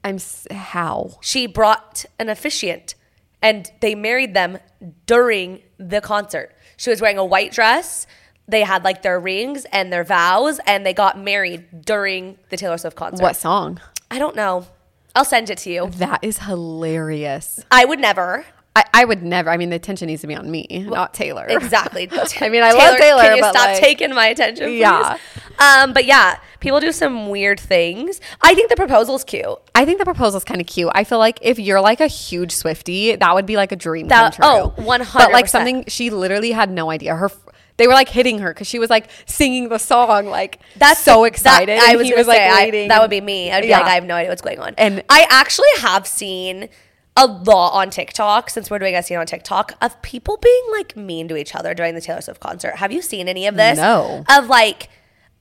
I'm s- how?
She brought an officiant and they married them during the concert. She was wearing a white dress. They had like their rings and their vows and they got married during the Taylor Swift concert.
What song?
I don't know. I'll send it to you.
That is hilarious.
I would never.
I, I would never. I mean, the attention needs to be on me, not Taylor.
Exactly.
I mean, I love Taylor,
Can you
but,
stop
like-
taking my attention? Please?
Yeah.
Um, but yeah, people do some weird things. I think the proposal's cute.
I think the proposal's kind of cute. I feel like if you're like a huge Swifty, that would be like a dream
That-
come
oh,
true.
100%.
But like something she literally had no idea. Her f- they were like hitting her because she was like singing the song like that's so
that-
excited.
I
and
was,
he
gonna say, I-
waiting.
that would be me. I'd be
Yeah.
like, I have no idea what's going on.
And-
I actually have seen a lot on TikTok since we're doing a scene on TikTok of people being like mean to each other during the Taylor Swift concert. Have you seen any of this?
No.
Of like,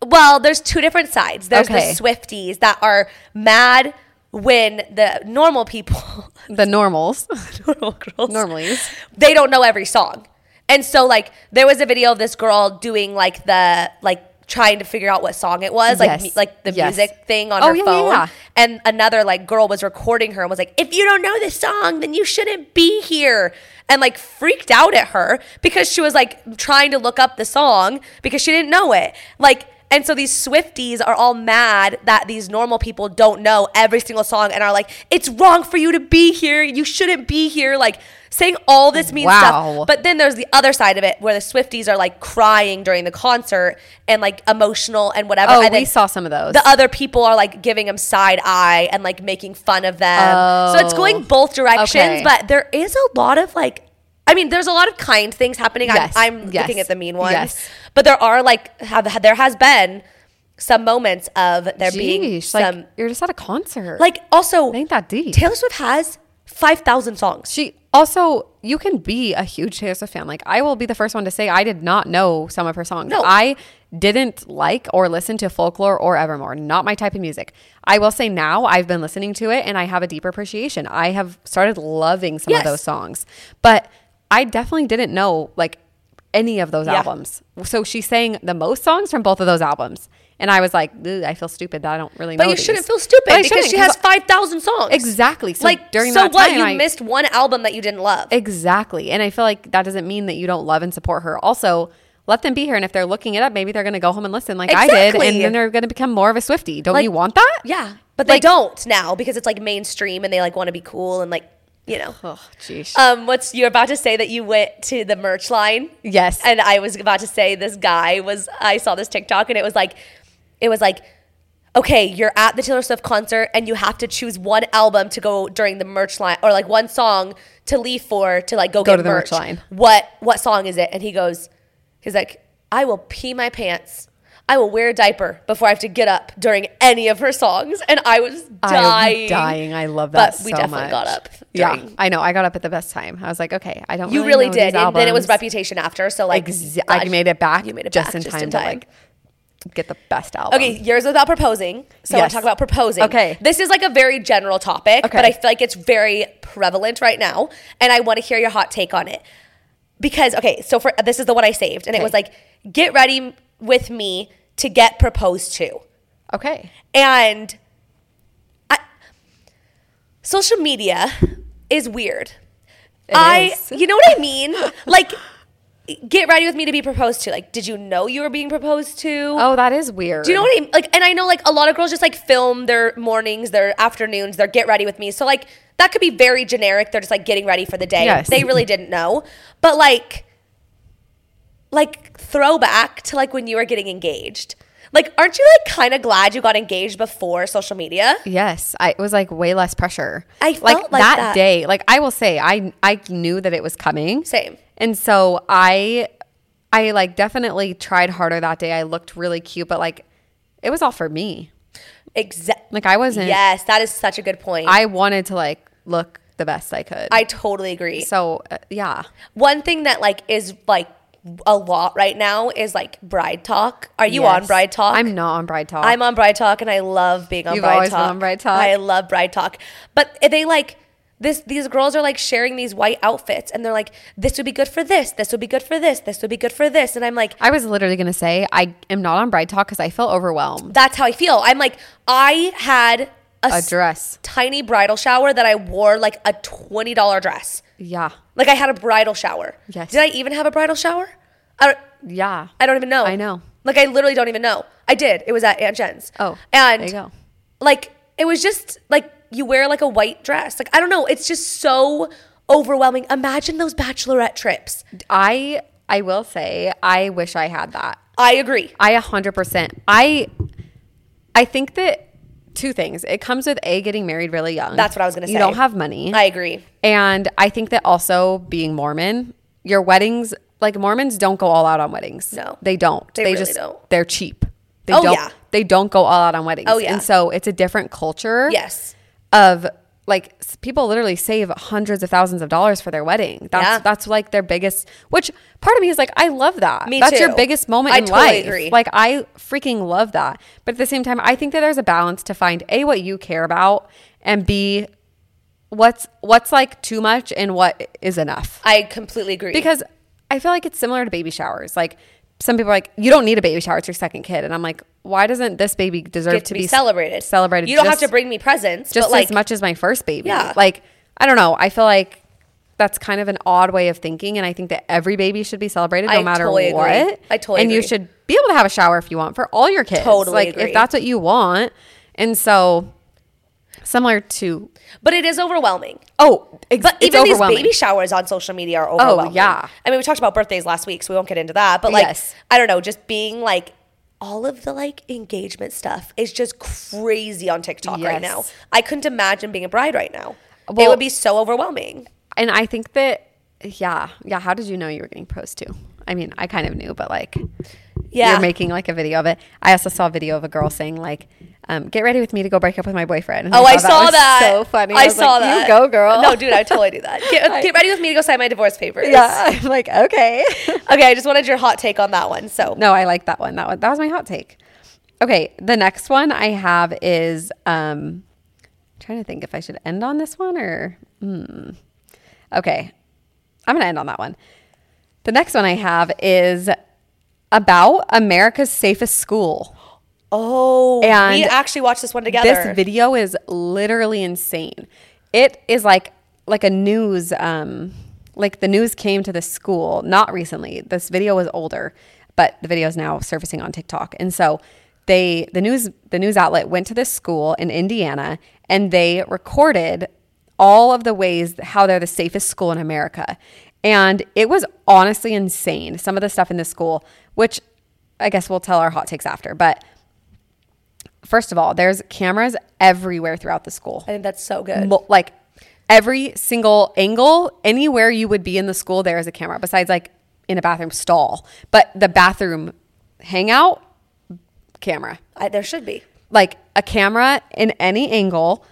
well, there's two different sides. There's
Okay.
the Swifties that are mad when the normal people
the normals.
normal girls.
Normally.
They don't know every song. And so like there was a video of this girl doing like the like trying to figure out what song it was, like
Yes.
mu- like the
Yes.
music thing on
Oh,
her
yeah, yeah,
phone.
yeah.
And another like girl was recording her and was like, "If you don't know this song, then you shouldn't be here." And like freaked out at her because she was like trying to look up the song because she didn't know it. Like and so these Swifties are all mad that these normal people don't know every single song and are like, it's wrong for you to be here. You shouldn't be here. Like saying all this mean
Wow.
stuff. But then there's the other side of it where the Swifties are like crying during the concert and like emotional and whatever.
Oh,
and
we
then
saw some of those.
The other people are like giving them side eye and like making fun of them. So it's going both directions,
Oh. Okay.
but there is a lot of like, I mean, there's a lot of kind things happening.
Yes,
I'm, I'm
yes,
looking at the mean ones,
yes.
but there are like have, there has been some moments of there being
Jeez, like
some
you're just at a concert.
like also
It ain't that deep.
Taylor Swift has five thousand songs.
She also, you can be a huge Taylor Swift fan. Like I will be the first one to say I did not know some of her songs.
No.
I didn't like or listen to folklore or evermore. Not my type of music. I will say now I've been listening to it and I have a deeper appreciation. I have started loving some
Yes.
of those songs. But I definitely didn't know like any of those
Yeah.
albums. So she's saying the most songs from both of those albums. And I was like, "Ugh, I feel stupid that I don't really know.
But you
these."
shouldn't feel stupid
But I
because
shouldn't,
she has
'cause I-
five thousand songs.
Exactly. So
like
during
so
that
what?
time,
you
I-
missed one album that you didn't love.
Exactly. And I feel like that doesn't mean that you don't love and support her. Also, let them be here. And if they're looking it up, maybe they're going to go home and listen like I did.
Exactly.
And then they're going to become more of a Swifty. Don't
Like-
you want that?
yeah, but they
Like-
don't now because it's like mainstream and they like want to be cool and like you know.
Oh, jeez.
Um, what's you're about to say that you went to the merch line?
Yes.
And I was about to say this guy was I saw this TikTok and it was like it was like okay, you're at the Taylor Swift concert and you have to choose one album to go during the merch line or like one song to leave for to like go,
Go
get
to the merch line.
What what song is it? And he goes he's like I will pee my pants. I will wear a diaper before I have to get up during any of her songs, and I was dying.
I'm dying. I love
But
that.
we
so
definitely
much.
got up.
Yeah,
during-
I know. I got up at the best time. I was like, okay, I don't.
you really
know
did.
these
And then it was
albums.
reputation after. So like
Exa- I
God,
made it back.
You made it
just
back
in
just
time
in
to
time.
like get the best album.
Okay, yours without proposing. So I
Yes.
talk about proposing.
Okay.
This is like a very general topic,
Okay.
but I feel like it's very prevalent right now. And I want to hear your hot take on it. Because, okay, so for this is the one I saved. And it
Okay.
was like, get ready with me to get proposed to.
Okay.
And I, social media is weird. I,
is.
you know what I mean? like, get ready with me to be proposed to. Like, did you know you were being proposed to?
Oh, that is weird.
Do you know what I mean? Like, and I know like a lot of girls just like film their mornings, their afternoons, their get ready with me. So like that could be very generic. They're just like getting ready for the day.
Yes.
They really didn't know, but like, like throwback to like when you were getting engaged. Like, aren't you like kind of glad you got engaged before social media?
Yes, I it was like way less pressure.
I felt like that.
day. Like I will say, I I knew that it was coming.
Same.
And so I I like definitely tried harder that day. I looked really cute, but like it was all for me.
Exactly.
Like I wasn't.
Yes, that is such a good point. I,
I wanted to like look the best I could.
I totally agree.
so uh, yeah.
One thing that like is like a lot right now is like bride talk. Are you on
Yes.
bride talk?
I'm not on bride talk.
I'm on Bride Talk, and I love being on
You've
Bride
always been
Talk.
on Bride Talk.
I love Bride Talk, but they like this. These girls are like sharing these white outfits, and they're like, "This would be good for this. This would be good for this. This would be good for this." And I'm like,
I was literally gonna say I am not on bride talk because I feel overwhelmed.
"That's how I feel." I'm like, I had a,
A
s-
dress.
tiny bridal shower that I wore like a twenty dollar dress.
Yeah.
Like I had a bridal shower.
Yes.
Did I even have a bridal shower? I don't,
Yeah.
I don't even know.
I know.
Like I literally don't even know. I did. It was at Aunt Jen's.
Oh,
and
there you go.
like it was just like you wear like a white dress. Like I don't know. It's just so overwhelming. Imagine those bachelorette trips.
I I will say I wish I had that.
I agree.
I 100%. I I think that two things. It comes with a getting married really young.
That's what I was gonna say.
You don't have money.
I agree.
And I think that also being Mormon, your weddings, like Mormons don't go all out on weddings.
No.
They don't.
They
They,
really
just
don't.
they're cheap. They
Oh,
don't
yeah.
they don't go all out on weddings.
Oh, yeah.
And so it's a different culture.
Yes.
Of like s- people literally save hundreds of thousands of dollars for their wedding. That's
Yeah.
that's like their biggest which part of me is like, I love that.
Me
that's
too.
your biggest moment
I
in
totally
life.
agree.
Like I freaking love that. But at the same time, I think that there's a balance to find A what you care about and B what's what's like too much and what is enough.
I completely agree.
Because I feel like it's similar to baby showers. Like some people are like, you don't need a baby shower, it's your second kid. And I'm like, why doesn't this baby deserve
Get to
to
be
s-
celebrated.
Celebrated.
You don't
just-
have to bring me presents.
just
but, like,
as much as my first baby.
Yeah.
Like, I don't know. I feel like that's kind of an odd way of thinking. And I think that every baby should be celebrated no
I
matter
totally agree.
what.
I totally
And you
agree.
should be able to have a shower if you want for all your kids.
Totally
Like,
agree.
if that's what you want. And so, similar to,
But it is overwhelming.
oh, ex-
But
it's
even these
overwhelming. Oh,
baby showers on social media are overwhelming.
yeah.
I mean, we talked about birthdays last week, so we won't get into that. But like,
Yes.
I don't know, just being like, all of the like engagement stuff is just crazy on TikTok right
Yes.
now. I couldn't imagine being a bride right now. it
Well-
would be so overwhelming.
and I think that, yeah, yeah. How did you know you were getting proposed to? I mean, I kind of knew, but like,
Yeah.
you're making like a video of it. I also saw a video of a girl saying like, um, "Get ready with me to go break up with my boyfriend." And
Oh, I
thought
saw
was
that.
So funny.
I,
was
saw
like,
that.
You go, girl.
No, dude, I totally do that. Get, get ready with me to go sign my divorce papers.
yeah. I'm like, okay.
Okay, I just wanted your hot take on that one. So
no, I like that one. That one. That was my hot take. Okay, the next one I have is um, trying to think if I should end on this one or. Hmm. Okay, I'm gonna end on that one. The next one I have is about America's safest school.
Oh,
And
we actually watched this one together.
This video is literally insane. It is like like a news um like the news came to the school not recently. This video was older, but the video is now surfacing on TikTok. And so they the news the news outlet went to this school in Indiana and they recorded all of the ways how they're the safest school in America. And it was honestly insane. Some of the stuff in this school, which I guess we'll tell our hot takes after, but first of all, there's cameras everywhere throughout the school.
I think that's so good.
Mo- Like every single angle, anywhere you would be in the school, there is a camera. Besides, like in a bathroom stall, but the bathroom hangout camera,
I, there should be.
like a camera in any angle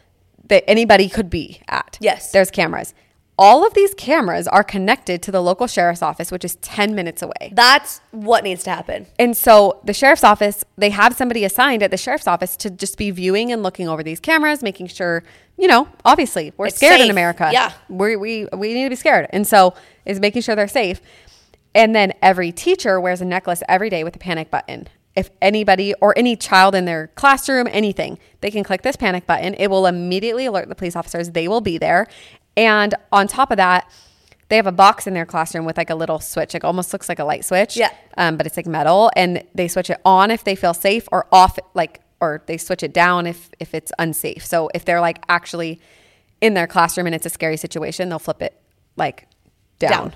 that anybody could be at.
Yes.
there's cameras. All of these cameras are connected to the local sheriff's office, which is 10 minutes away.
That's what needs to happen.
And so the sheriff's office, they have somebody assigned at the sheriff's office to just be viewing and looking over these cameras, making sure, you know, obviously we're
It's
scared in
safe.
America.
Yeah.
We, we, we need to be scared. And so is making sure they're safe. And then every teacher wears a necklace every day with a panic button. If anybody or any child in their classroom, anything, they can click this panic button. It will immediately alert the police officers. They will be there. And on top of that, they have a box in their classroom with like a little switch. It almost looks like a light switch
Yeah.
um, but it's like metal, and they switch it on if they feel safe, or off like, or they switch it down if if it's unsafe. So if they're like actually in their classroom and it's a scary situation, they'll flip it like down.
Down.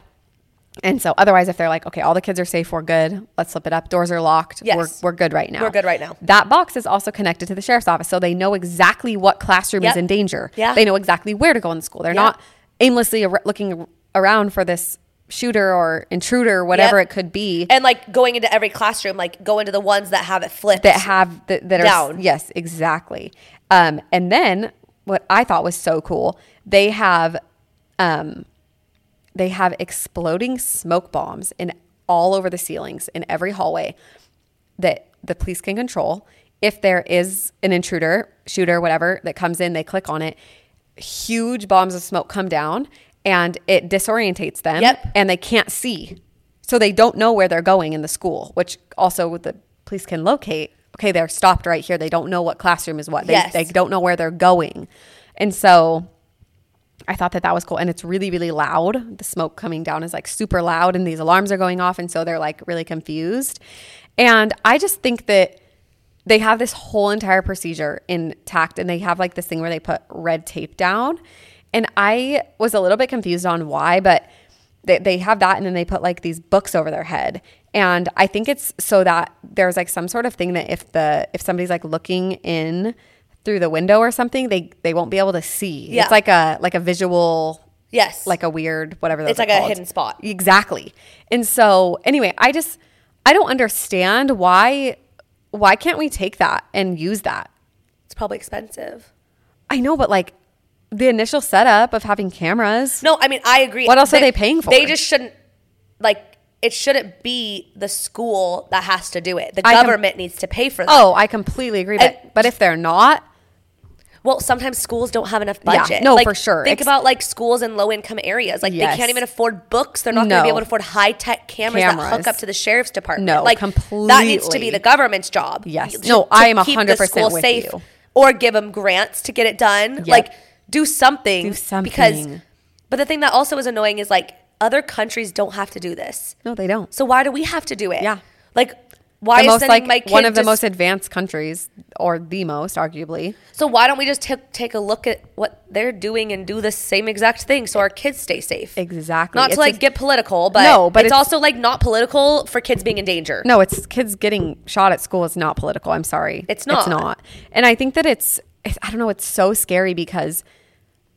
And so otherwise, if they're like, okay, all the kids are safe, we're good. Let's flip it up. Doors are locked.
Yes.
We're, we're good right now.
We're good right now.
That box is also connected to the sheriff's office, so they know exactly what classroom
Yep.
is in danger.
Yeah.
They know exactly where to go in the school. They're
Yeah.
not aimlessly ar- looking around for this shooter or intruder or whatever
Yep.
it could be
And like going into every classroom, like go into the ones that have it flipped.
that have that, that are
Down.
yes exactly um and then what i thought was so cool they have um they have exploding smoke bombs in all over the ceilings in every hallway that the police can control if there is an intruder shooter whatever that comes in they click on it huge bombs of smoke come down and it disorientates them
Yep.
and they can't see. So they don't know where they're going in the school, which also the police can locate. Okay, they're stopped right here. They don't know what classroom is what. They,
Yes.
they don't know where they're going. And so I thought that that was cool. And it's really, really loud. The smoke coming down is like super loud, and these alarms are going off. And so they're like really confused. And I just think that they have this whole entire procedure intact, and they have like this thing where they put red tape down. And I was a little bit confused on why, but they, they have that and then they put like these books over their head and i think it's so that there's like some sort of thing that if the if somebody's like looking in through the window or something they they won't be able to see
Yeah.
it's like a like a visual
yes.
like a weird whatever those
It's
are
like a
called.
hidden spot.
exactly and so anyway i just i don't understand why why can't we take that and use that
it's probably expensive.
i know but like the initial setup of having cameras
No, I mean I agree.
What else are they paying for?
They just shouldn't like it shouldn't be the school that has to do it. The
I com-
government needs to pay for that.
oh i completely agree but,
And-
but if they're not
Well, sometimes schools don't have enough
Yeah,
budget.
no,
Like,
for sure.
Think
Ex-
about like schools in low income areas. Like
Yes.
they can't even afford books. They're not going to be
No.
able to afford high tech cameras, that hook
Cameras.
up to the sheriff's department.
No,
like that needs to
completely.
be the government's job.
Yes.
You-
No, I am
keep the
100%
school
with you.
or give them grants to get it done. Like do something.
Do
Because,
something.
but the thing that also is annoying is like other countries don't have to do this.
no they don't
So why do we have to do it?
Yeah.
Like why
the
is
most
sending
like
my kid
one of the
to
most advanced countries or the most arguably
So why don't we just t- take a look at what they're doing and do the same exact thing so our kids stay safe?
Exactly.
Not to
It's
like
a-
get political, but
No, but
it's,
it's-
also like not political for kids being in danger.
no it's kids getting shot at school is not political i'm sorry
It's
it's
not.
not and i think that it's, it's i don't know it's so scary because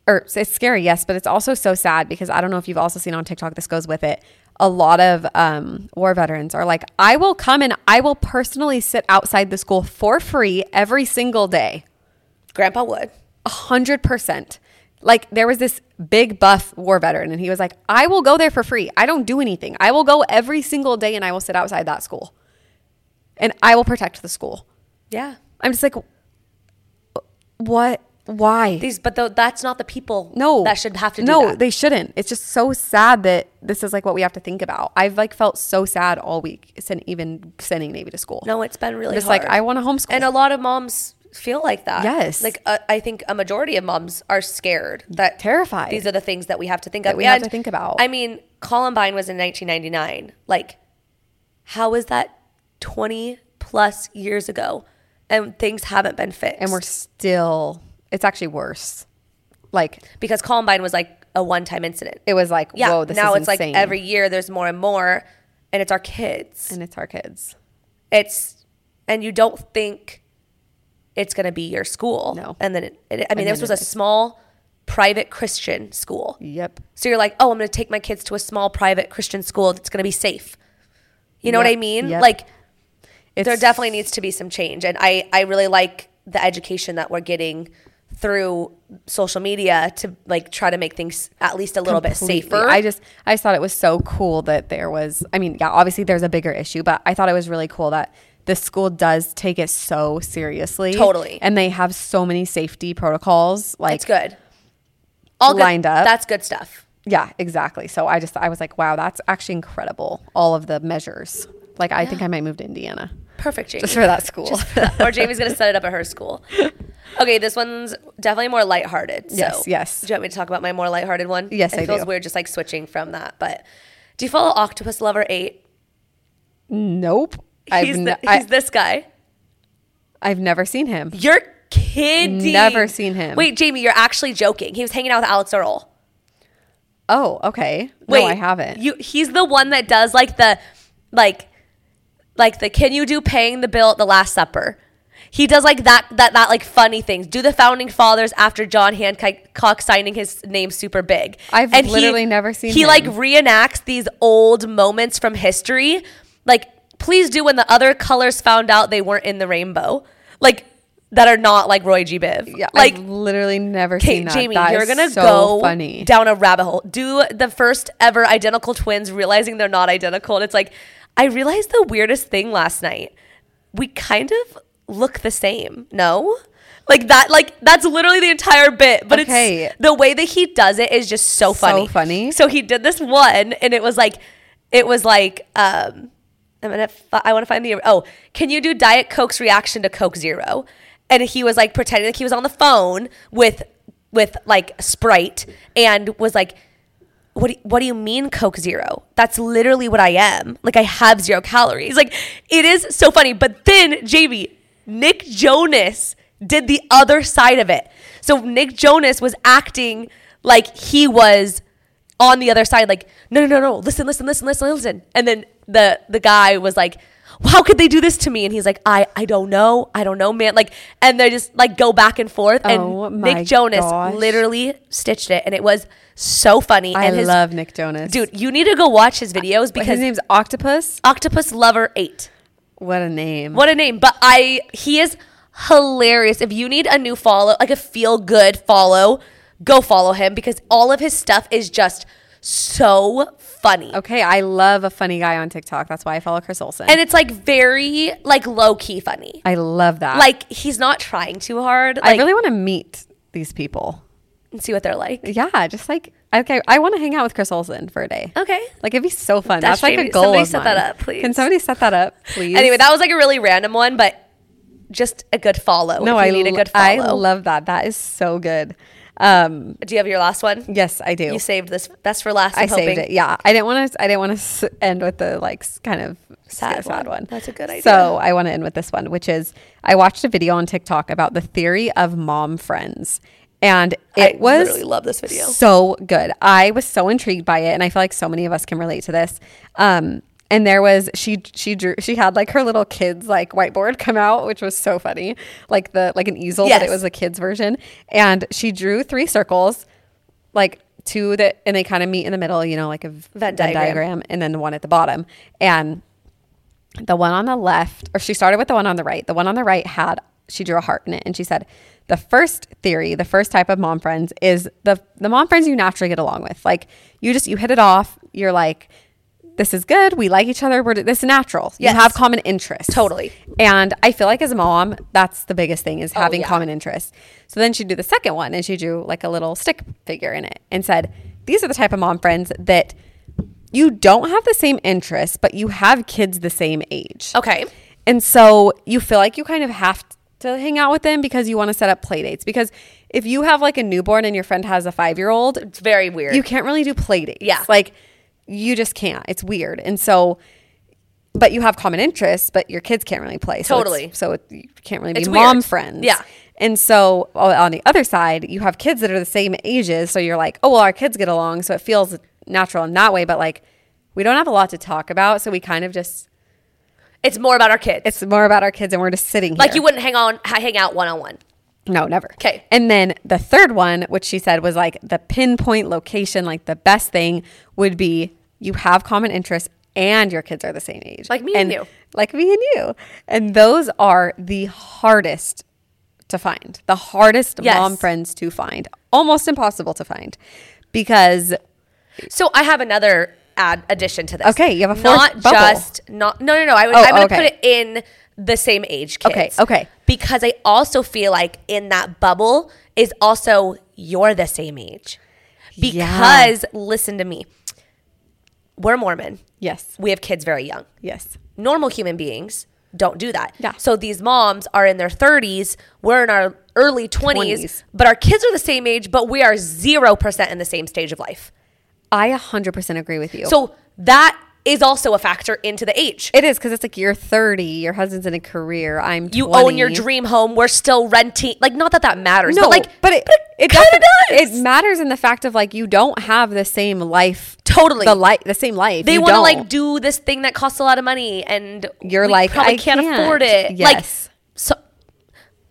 or it's- it's scary yes but it's also so sad because i don't know if you've also seen on tiktok this goes with it a lot of um, war veterans are like i will come and i will personally sit outside the school for free every single day
Grandpa would.
A hundred percent. Like there was this big buff war veteran, and he was like, "I will go there for free. I don't do anything. I will go every single day, and I will sit outside that school, and I will protect the school."
Yeah.
I'm just like, what? Why?
These, but tho- that's not the people.
no,
that should have to. Do
no,
that.
they shouldn't. It's just so sad that this is like what we have to think about. I've like felt so sad all week, send, even sending Navy to school.
No, it's been really
Just
hard.
like, I wanna homeschool.
and a lot of moms feel like that.
Yes.
like uh, I think a majority of moms are scared that
Terrified.
These are the things that we have to think of.
we have to
And,
think about.
I mean, Columbine was in 1999. Like, how is that 20 plus years ago, and things haven't been fixed?
and we're still. It's actually worse. Like
because Columbine was like a one-time incident.
it was like,
yeah.
whoa, this
now
is
it's
insane.
like every year there's more and more, and it's our kids.
and it's our kids.
it's and you don't think it's going to be your school.
No.
And then it, it- I mean, this
then
was
it
a small private Christian school.
Yep.
So you're like, oh, I'm going to take my kids to a small private Christian school that's going to be safe. You know what I
Yep,
mean?
yep.
Like
It's,
there definitely needs to be some change, and I I really like the education that we're getting through social media to like try to make things at least a little bit
completely.
safer.
I just I just thought it was so cool that there was I mean, yeah, obviously there's a bigger issue, but I thought it was really cool that the school does take it so seriously.
Totally.
And they have so many safety protocols. Like
it's good. All good-
lined up.
That's good stuff.
Yeah, exactly. So I just I was like, wow, that's actually incredible. All of the measures. Like I think I might move to Indiana.
Perfect, Jamie.
Just for that school.
or Jamie's gonna set it up at her school. Okay, this one's definitely more lighthearted. So
Yes, yes.
Do you want me to talk about my more lighthearted one?
Yes,
it
I
feels
do.
weird just like switching from that. But do you follow Octopus Lover Eight?
nope.
he's,
I've,
the-
ne-
he's
I,
this guy.
I've never seen him.
You're kidding.
Never seen him.
Wait, Jamie, you're actually joking. He was hanging out with Alex Earl.
Oh, okay.
Wait,
no, I haven't.
You, he's the one that does like the, like, like the can you do paying the bill at the Last Supper. He does like that that that like funny things. Do the founding fathers after John Hancock signing his name super big.
I've literally never seen
He
him.
like reenacts these old moments from history. Like please do when the other colors found out they weren't in the rainbow. Like that are not like Roy G. Biv.
yeah,
like
I've literally never
Okay,
seen that.
Jamie,
That
you're
is
gonna
so
go
funny.
down a rabbit hole. Do the first ever identical twins realizing they're not identical, and it's like, I realized the weirdest thing last night. We kind of look the same. No, like that. Like that's literally the entire bit. But
Okay.
it's the way that he does it is just so
So
funny.
funny.
So he did this one, and it was like, it was like, um, I'm gonna. Fi- I want to find the. Oh, can you do Diet Coke's reaction to Coke Zero? And he was like pretending like he was on the phone with with like Sprite, and was like, "What? Do, what do you mean Coke Zero? That's literally what I am. Like I have zero calories. Like it is so funny." But then Jamie, Nick Jonas did the other side of it. So Nick Jonas was acting like he was on the other side, like, no, no, no, no, listen, listen, listen, listen, listen. And then the the guy was like, well, how could they do this to me? And he's like, I, I don't know, I don't know, man. Like, and they just like go back and forth.
Oh
And
my
Nick Jonas
gosh.
literally stitched it, and it was so funny.
I
and his,
love Nick Jonas.
dude. You need to go watch his videos
his
because
name's Octopus.
Octopus Lover Eight.
What a name.
What a name! But I, he is hilarious. If you need a new follow, like a feel good follow, go follow him because all of his stuff is just so funny.
Okay, I love a funny guy on TikTok. That's why I follow Chris Olsen.
and it's like very like low key funny.
I love that.
Like he's not trying too hard.
I
Like
really want to meet these people.
and see what they're like.
Yeah, just like okay, I want to hang out with Chris Olsen for a day.
Okay.
Like it'd be so fun.
That's
That's, like
Jamie.
a goal.
Somebody
of
set that
mine.
up, please.
Can somebody set that up, please?
Anyway, that was like a really random one, but just a good follow.
no,
if
I
you need a
lo-
good
I
follow.
love that. That is so good. Um,
Do you have your last one?
yes, I do.
You saved this best for last. I'm
I saved
hoping.
it. Yeah, I didn't want to. I didn't want to end with the like s- kind of
Sad
sad,
one.
sad one.
That's a good idea.
So I want to end with this one, which is I watched a video on TikTok about the theory of mom friends, and it
I
was
literally love this video.
so good. I was so intrigued by it, and I feel like so many of us can relate to this. Um, and there was she she drew she had like her little kids like whiteboard come out, which was so funny, like the like an easel,
Yes.
but it was a kids version. And she drew three circles, like two that and they kind of meet in the middle, you know, like a v-
Venn
Venn,
diagram.
diagram. and then the one at the bottom. And the one on the left, or she started with the one on the right. The one on the right had she drew a heart in it, and she said the first theory, the first type of mom friends is the the mom friends you naturally get along with. Like you just you hit it off. You're like. this is good. We like each other. We're this is natural.
Yes.
You have common interests.
Totally. Oh,
And I feel like as a mom, that's the biggest thing is having
yeah.
common interests. So then she would do the second one and she drew like a little stick figure in it and said, "These are the type of mom friends that you don't have the same interests, but you have kids the same age."
Okay.
And so you feel like you kind of have to hang out with them because you want to set up play dates. Because if you have like a newborn and your friend has a five year old,
It's very weird.
you can't really do play dates.
Yeah.
Like you just can't. It's weird. And so, but you have common interests, but your kids can't really play. So it's-
Totally.
So it, you can't really be
It's
mom
weird.
friends.
Yeah.
And so o- on the other side, you have kids that are the same ages. So you're like, oh, well, our kids get along. So it feels natural in that way. But like, we don't have a lot to talk about. So we kind of just,
it's more about our kids.
it's more about our kids and we're just sitting here.
like you wouldn't hang on ha- hang out one on one.
No, never.
'Kay.
And then the third one, which she said was like the pinpoint location, like the best thing would be you have common interests and your kids are the same age.
Like me and you.
Like me and you. And those are the hardest to find, the hardest
Yes.
mom friends to find, almost impossible to find because
So I have another add addition to this.
Okay, you have a fourth
not
bubble.
just not no no no. I would,
Oh,
I'm gonna
okay.
put it in the same age kids.
Okay, okay.
Because I also feel like in that bubble is also you're the same age.
Yeah.
Because listen to me, we're Mormon.
yes,
We have kids very young.
yes,
normal human beings don't do that.
Yeah.
So these moms are in their 30s, we're in our early 20s,
20s.
but our kids are the same age, but we are 0% in the same stage of life.
I 100% agree with you.
So that is also a factor into the age.
it is because it's like you're 30, your husband's in a career, I'm
you
20.
own your dream home, we're still renting. Like not that that matters,
No,
but like
but it, it,
kinda
doesn't-
does.
It matters in the fact of like you don't have the same life.
Totally.
the life, the same life.
they
You
want to
don't.
like do this thing that costs a lot of money and
You're
we
like,
probably
"I
can't,
can't."
afford it.
Yes.
Like so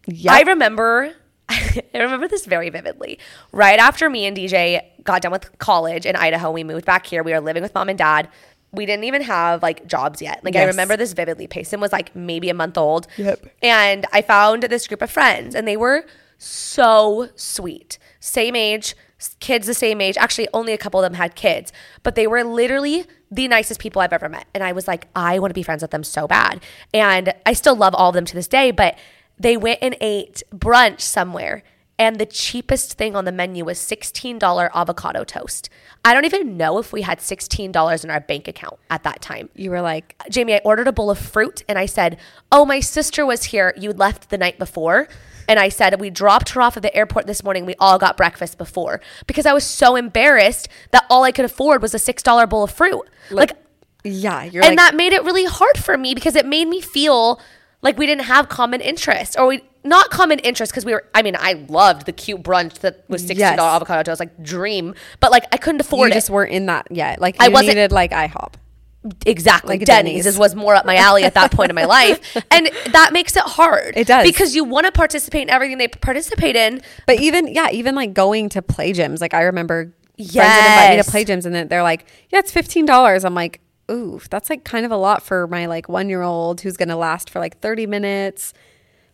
Yep.
I remember, I remember this very vividly. Right after me and DJ got done with college in Idaho, we moved back here. We were living with mom and dad. We didn't even have like jobs yet. Like I
Yes.
remember this vividly. Payson was like maybe a month old.
Yep.
And I found this group of friends, and they were so sweet. Same age, s- kids the same age. Actually, only a couple of them had kids, but they were literally the nicest people I've ever met. And I was like, I want to be friends with them so bad. And I still love all of them to this day, but they went and ate brunch somewhere. And the cheapest thing on the menu was $16 avocado toast. I don't even know if we had $16 in our bank account at that time.
you were like,
Jamie, I ordered a bowl of fruit and I said, Oh, my sister was here. You left the night before. And I said, We dropped her off at the airport this morning. We all got breakfast before because I was so embarrassed that all I could afford was a $6 bowl of fruit. Like,
yeah, you're
and
like,
that made it really hard for me because it made me feel like we didn't have common interests or we, not common interests because we were, I mean, I loved the cute brunch that was $60
Yes.
avocado toast, like dream, but like I couldn't afford
you
it.
just weren't in that yet. Like
I
you
wasn't-
needed like IHOP.
exactly
Like a
denny's,
Denny's.
is was more up my alley at that point in my life and that makes it hard
It does.
because you want to participate in everything they participate in
But even yeah, even like going to play gyms. Like I remember friends that invite me
Yes.
to play gyms, and then they're like, yeah, it's fifteen dollars. I'm like, ooh, that's like kind of a lot for my like one year old who's gonna last for like thirty minutes.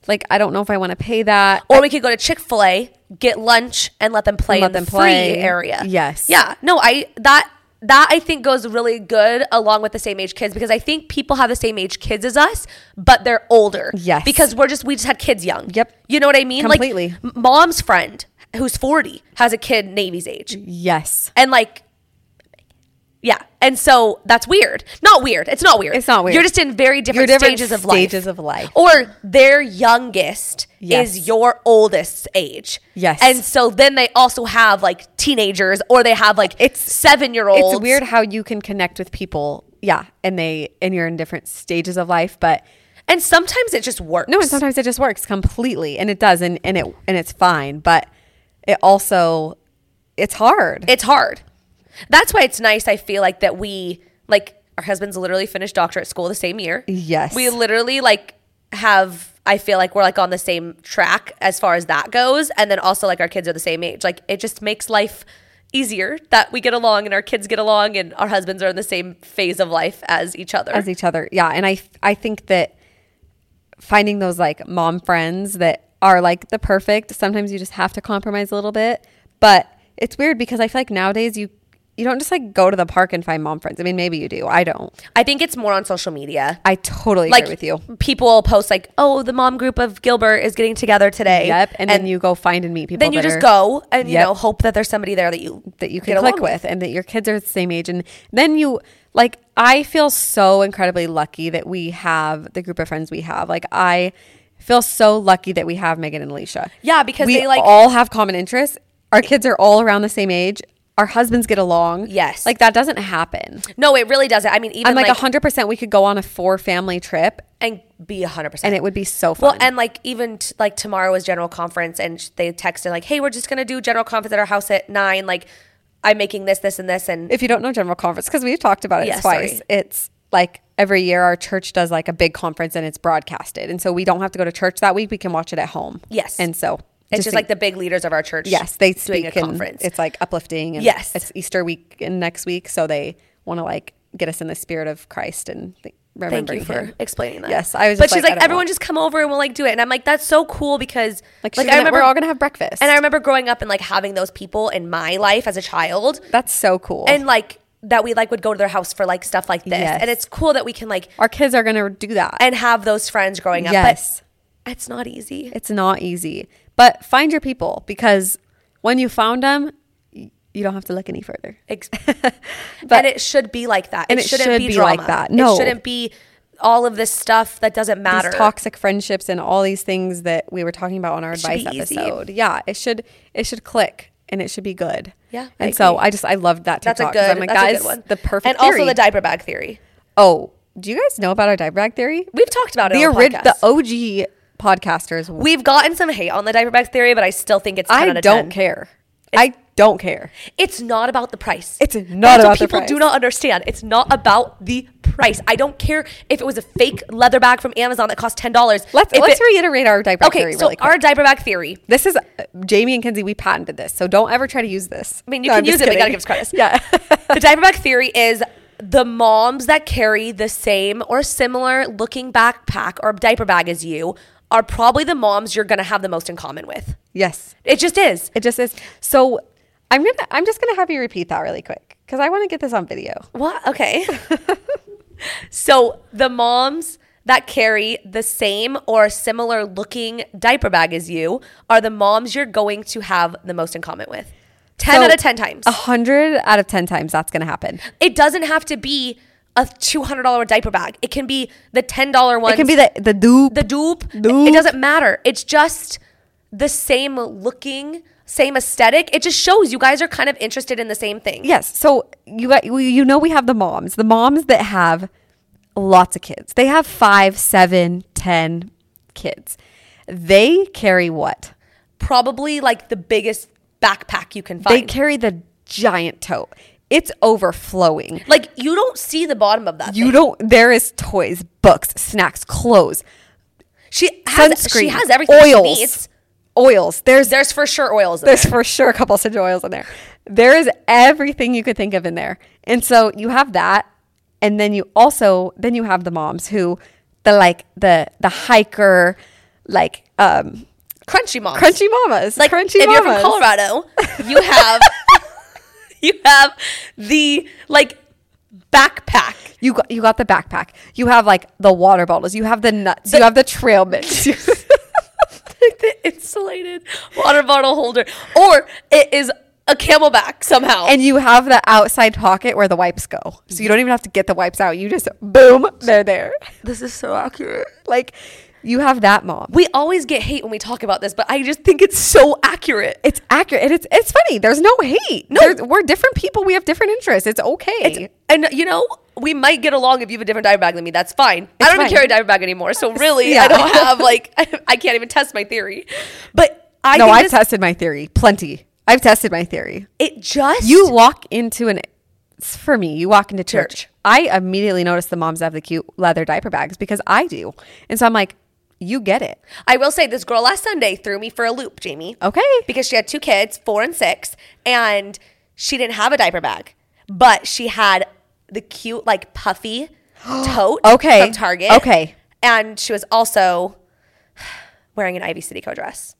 Like I don't know if I want to pay that.
or we could go to chick-fil-a get lunch and let them play
And let
in the
them play.
free area
Yes.
yeah no i that that i think goes really good along with the same age kids because i think people have the same age kids as us but they're older
Yes.
because we're just we just had kids young
Yep.
you know what i mean
Completely.
like m- mom's friend who's 40 has a kid navy's age
Yes.
and like yeah and so that's weird not weird it's not weird
It's not weird.
you're just in very different,
different
stages of life
stages of life.
or their youngest
Yes.
is your oldest age
Yes.
and so then they also have like teenagers or they have like it's
It's-
seven year olds
It's weird how you can connect with people. Yeah, and they and you're in different stages of life, but
and sometimes it just works
no, and sometimes it just works completely, and it does, and and it and it's fine, but it also it's hard.
it's hard. That's why it's nice. I feel like that we like our husbands literally finished doctorate school the same year.
Yes.
we literally like have. I feel like we're like on the same track as far as that goes, and then also like our kids are the same age. Like it just makes life easier that we get along and our kids get along and our husbands are in the same phase of life as each other.
as each other. Yeah, and I I think that finding those like mom friends that are like the perfect. Sometimes you just have to compromise a little bit, but it's weird because I feel like nowadays you you don't just like go to the park and find mom friends. I mean, maybe you do. I don't.
I think it's more on social media.
e- I totally
Like
agree with you.
people post like, "Oh, the mom group of Gilbert is getting together today."
Yep. And, then you go find and meet people.
then you
that
just
are-
go and you
Yep.
know hope that there's somebody there that you
that you
get
can
along
click with and that your kids are the same age and then you like I feel so incredibly lucky that we have the group of friends we have. Like I feel so lucky that we have Megan and Alicia.
Yeah, because
we
they, like-
all have common interests. Our kids are all around the same age. Our husbands get along.
Yes.
Like that doesn't happen.
No, it really doesn't. I mean, even
I'm like,
like,
like 100% we could go on a four family trip
and be hundred percent.
and it would be so fun.
Well, and like even t- like tomorrow is general conference, and sh- they texted like, "Hey, we're just gonna do general conference at our house at nine. Like, I'm making this, this, and this, and
if you don't know general conference because we've talked about it
Yeah,
twice
sorry.
it's like every year our church does like a big conference and it's broadcasted and so we don't have to go to church that week we can watch it at home
Yes.
and so
it's just,
think-
like the big leaders of our church.
yes they
doing
speak
a
and
conference.
it's like uplifting and
Yes.
it's easter week and next week so they want to like get us in the spirit of christ and th-
Thank
remembering
you for
him.
explaining that.
yes i was
but
just
she's
like, I
like,
don't
everyone
know."
just come over and we'll like do it, and I'm like, that's so cool because
like,
like,
she's
I
gonna-
remember
we're all gonna have breakfast
and I remember growing up and like having those people in my life as a child,
that's so cool
and like that we like would go to their house for like stuff like this,
Yes.
and it's cool that we can like
our kids are gonna do that
and have those friends growing up.
yes
but it's not easy.
It's not easy, but find your people because when you found them, y- you don't have to look any further.
Ex-
But-
and it should be like that.
and
it
it
shouldn't
should
be,
be
drama.
like that. No.
it shouldn't be all of this stuff that doesn't matter.
These toxic friendships and all these things that we were talking about on our
should
advice
be easy.
episode. Yeah, it should it should click and it should be good.
Yeah, I
and so
agree.
I just I loved that
that's a
TikTok.
good.
'cause I'm like,
that's
that
a
is
good one.
the perfect.
And also
theory.
the diaper bag theory.
oh, do you guys know about our diaper bag theory?
We've talked about it.
the
on the
ori-
podcast.
the OG podcasters.
We've gotten some hate on the diaper bag theory, but I still think it's 10 out
I
of
don't
10.
care. I don't care.
It's not about the price.
It's not
That's
about
what
the
people do
price.
not understand. It's not about the price. I don't care if it was a fake leather bag from Amazon that cost ten dollars.
Let's let's reiterate our diaper bag
Okay,
theory
so
really quick.
our diaper bag theory.
This is Jamie and Kinsey. We patented this, so don't ever try to use this.
I mean, you can use it, but you gotta give us credit.
Yeah,
the diaper bag theory is the moms that carry the same or similar looking backpack or diaper bag as you are probably the moms you're going to have the most in common with.
yes,
It just is.
it just is. So I'm gonna, I'm just gonna have you repeat that really quick because I want to get this on video.
What? Okay. so the moms that carry the same or similar looking diaper bag as you are the moms you're going to have the most in common with. 10
So,
out of 10 times.
A hundred out of ten times that's gonna happen.
it doesn't have to be a $200 diaper bag. It can be the $10 one.
It can be the the dupe.
the dupe.
Dupe.
It doesn't matter. It's just the same looking, same aesthetic. It just shows you guys are kind of interested in the same thing.
yes. So you got you- you know we have the moms, the moms that have lots of kids. They have five, seven, ten kids. They carry what?
Probably like the biggest backpack you can
They
find.
carry the giant tote. It's overflowing.
like you don't see the bottom of that.
You
thing.
don't. There is toys, books, snacks, clothes,
She has
sunscreen.
she has everything
Oils.
she needs.
Oils. There's
There's for sure oils in
there's
there.
for sure a couple of oils in there. There is everything you could think of in there, and so you have that, and then you also then you have the moms who, the like the the hiker, like um
Crunchy mom.
crunchy mamas,
like
crunchy
if
mamas.
you're from Colorado, you have you have the like backpack.
You got, you got the backpack. You have like the water bottles. You have the nuts. you have the trail mix.
the insulated water bottle holder, or it is a camelback somehow.
and you have the outside pocket where the wipes go. So you don't even have to get the wipes out. You just boom, they're there.
this is so accurate.
Like you have that mom.
We always get hate when we talk about this, but I just think it's so accurate.
It's accurate. And it's it's funny. There's no hate. No, we're different people. We have different interests. It's okay.
It's- and you know, we might get along if you have a different diaper bag than me. That's fine. I
It's
don't even
fine.
carry a diaper bag anymore, so really,
Yeah.
I don't have like I, can't even test my theory. But I
no,
think
I've
this,
tested my theory plenty. I've tested my theory.
it just
You walk into an for me, you walk into church.
Church.
I immediately notice the moms have the cute leather diaper bags because I do. And so I'm like, you get it.
I will say this girl last Sunday threw me for a loop, Jamie.
Okay.
Because she had two kids, four and six, and she didn't have a diaper bag, but she had the cute, like puffy tote
Okay.
from Target.
Okay.
And she was also wearing an Ivy City co dress.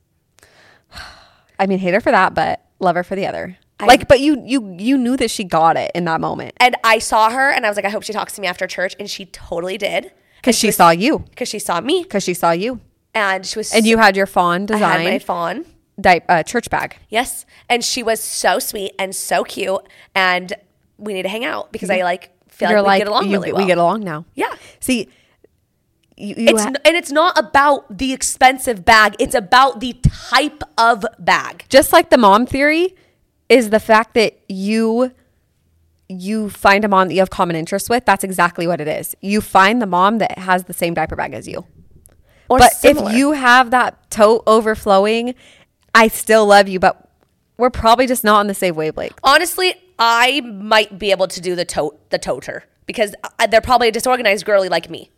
I mean, hate her for that, but love her for the other. like, but you you you knew that she got it in that moment
And I saw her and I was like, I hope she talks to me after church. And she totally did
because she saw you
because she saw me
because she saw you
and she was.
and you had your fawn
I had my
design
fawn.
di- uh, church bag.
Yes. And she was so sweet and so cute. And we need to hang out because I like feel
You're
like, we get along
you-
really well.
we get along now.
Yeah.
See, you, you
It's,
ha-
n- and it's not about the expensive bag. It's about the type of bag.
just like the mom theory is the fact that you you find a mom that you have common interests with. That's exactly what it is. You find the mom that has the same diaper bag as you.
Or
but
similar.
if you have that tote overflowing, I still love you, but we're probably just not on the same wavelength.
honestly, I might be able to do the tote the toter because I, they're probably a disorganized girly like me.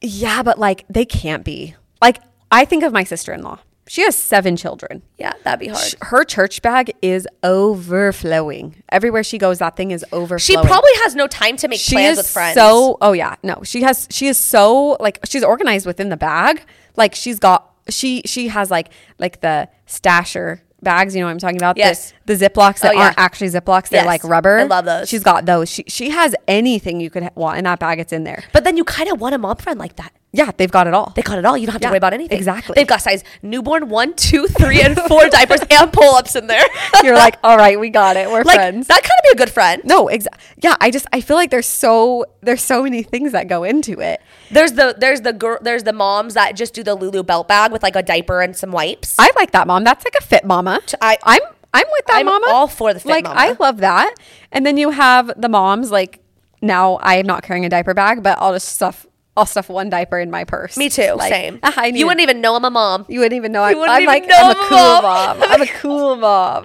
Yeah, but like they can't be. Like I think of my sister-in-law. She has seven children.
Yeah, that'd be hard.
Sh- Her church bag is overflowing. Everywhere she goes, that thing is overflowing.
She probably has no time to make
she
plans
is
with friends.
so. Oh yeah, no, she has. She is so like she's organized within the bag. Like she's got. She she has like like the stasher bags. You know what I'm talking about? The-
Yes.
The, ziplocs that
Oh, yeah.
aren't actually ziplocs. They're
Yes.
like rubber.
I love those.
She's got those. She she has anything you could ha- want in that bag. It's in there.
but then you kind of want a mom friend like that.
Yeah, they've got it all.
They got it all. You don't have to
Yeah,
worry about anything.
exactly.
They've got size newborn one, two, three, and four diapers and pull ups in there.
You're like, all right, we got it. We're
like
friends.
that kind of be a good friend.
no, exactly. Yeah, I just I feel like there's so there's so many things that go into it.
There's the there's the girl there's the moms that just do the Lulu belt bag with like a diaper and some wipes.
I like that mom. That's like a fit mama.
I-
I'm I'm with that
I'm
mama.
all for the fit
like,
mama.
I love that. And then you have the moms like now I am not carrying a diaper bag, but I'll just stuff I'll stuff one diaper in my purse.
Me too.
Like,
same.
"Ah, I need
you wouldn't even know I'm a mom.
you wouldn't even know. I,
wouldn't
I'm
even
like
know
I'm
I'm
a
a
cool
mom.
mom. I'm a cool mom.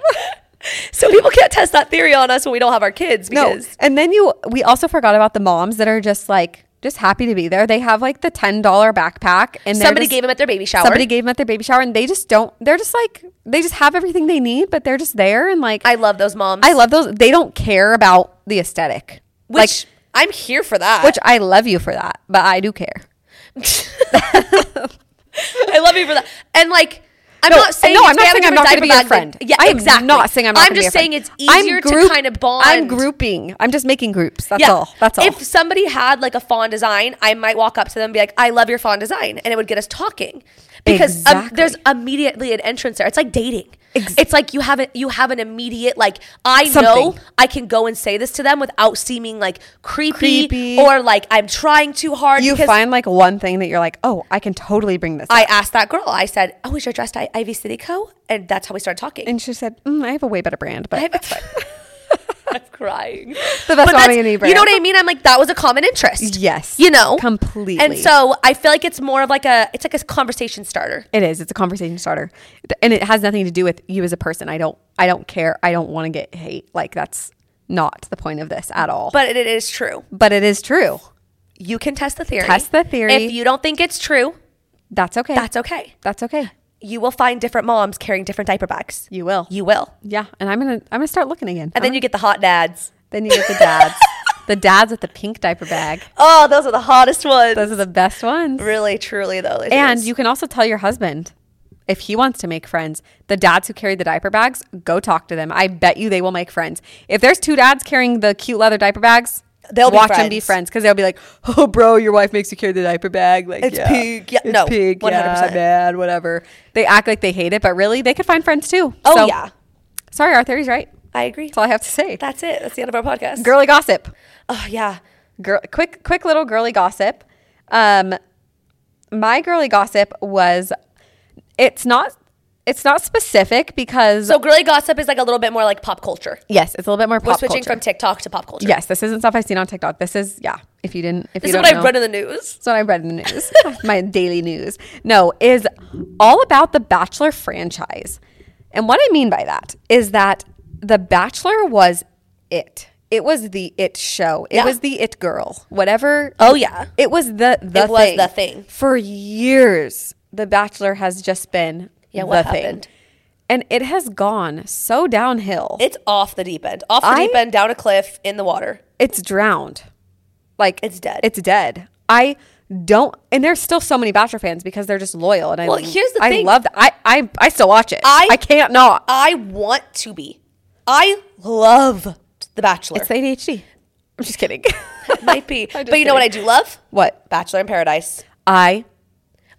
So people can't test that theory on us when we don't have our kids
no.
because
And then you we also forgot about the moms that are just like just happy to be there. They have like the ten dollar backpack and they're
somebody
just-
gave them at their baby shower.
Somebody gave them at their baby shower, and they just don't. They're just like they just have everything they need, but they're just there and like
I love those moms.
I love those. They don't care about the aesthetic,
which I'm here for that.
like, which I love you for that, but I do care.
I love you for that. And like, I'm
No,
not saying
no,
it's
I'm not
bad
saying
to
I'm
put
not
a
gonna be
diaper
your
bag,
friend.
but- Yeah,
I am
exactly.
not saying I'm not
I'm
gonna be
just
your
saying
friend.
it's
I'm
easier
group-
to kind of bond.
I'm grouping. I'm just making groups. That's all. That's all.
If somebody had like a fawn design, I might walk up to them and be like, "I love your fawn design," and it would get us talking because um,
Exactly.
there's immediately an entrance there. It's like dating.
Ex-
it's like you have it. You have an immediate like I know
Something.
I can go and say this to them without seeming like creepy,
Creepy.
or like I'm trying too hard.
you
because
find like one thing that you're like, oh, I can totally bring this.
I
up.
asked that girl. I said, "Oh, is your dress I- Ivy City Co?" And that's how we started talking.
and she said, mm, I have a way better brand, but
I have- I'm crying.
The best
But
mommy
that's-
and Ebra.
You know what I mean? I'm like that was a common interest.
Yes.
you know
Completely.
And so I feel like it's more of like a it's like a conversation starter.
it is. It's a conversation starter, D- and it has nothing to do with you as a person. I don't. I don't care. I don't want to get hate. Like that's not the point of this at all.
But it- it is true.
but it is true.
You can test the theory.
Test the theory.
If you don't think it's true,
That's okay.
that's okay.
that's okay.
You will find different moms carrying different diaper bags.
You will.
You will. Uh-huh.
Yeah, and I'm gonna I'm gonna start looking again.
And then you get the hot dads.
Then you get the dads. the dads with the pink diaper bag.
Oh, those are the hottest ones.
Those are the best ones.
really, truly though. it
And
is.
you can also tell your husband if he wants to make friends. The dads who carry the diaper bags, go talk to them. I bet you they will make friends. If there's two dads carrying the cute leather diaper bags,
They'll be
watch them be
friends.
friends because they'll be like, "Oh, bro, your wife makes you carry the diaper bag. Like,
It's
yeah,
pink. Yeah,
it's
no,
pink.
100%.
Yeah, man, whatever." They act like they hate it, but really, they could find friends too.
Oh,
So,
yeah.
Sorry, our theory's right.
I agree.
That's all I have to say.
That's it. That's the end of our podcast.
Girly gossip.
Oh yeah.
girl quick quick little girly gossip um my girly gossip was it's not it's not specific because
So girly gossip is like a little bit more like pop culture.
yes it's a little bit more
We're
pop
switching
culture
from TikTok to pop culture.
yes this isn't stuff i've seen on tiktok this is yeah if you didn't if
This
you
is
don't
what I
know,
read in the news.
That's what I read in the news, my daily news. No, is all about the Bachelor franchise. And what I mean by that is that the Bachelor was it. It was the it show. It
Yeah.
was the it girl. Whatever.
Oh, yeah.
It was the the
It
thing.
was the thing.
For years, the Bachelor has just been
Yeah,
the
what
thing.
happened?
And it has gone so downhill.
It's off the deep end. Off the
I-
deep end, down a cliff, in the water.
it's drowned. Like
It's dead.
It's dead. I don't and there's still so many Bachelor fans because they're just loyal and I
Well, here's the
I
thing.
love that. I, I I still watch it.
I-
I can't not.
I want to be. I love The Bachelor.
It's ADHD. I'm just kidding.
might be. but you know what I do love?
What?
Bachelor in Paradise.
I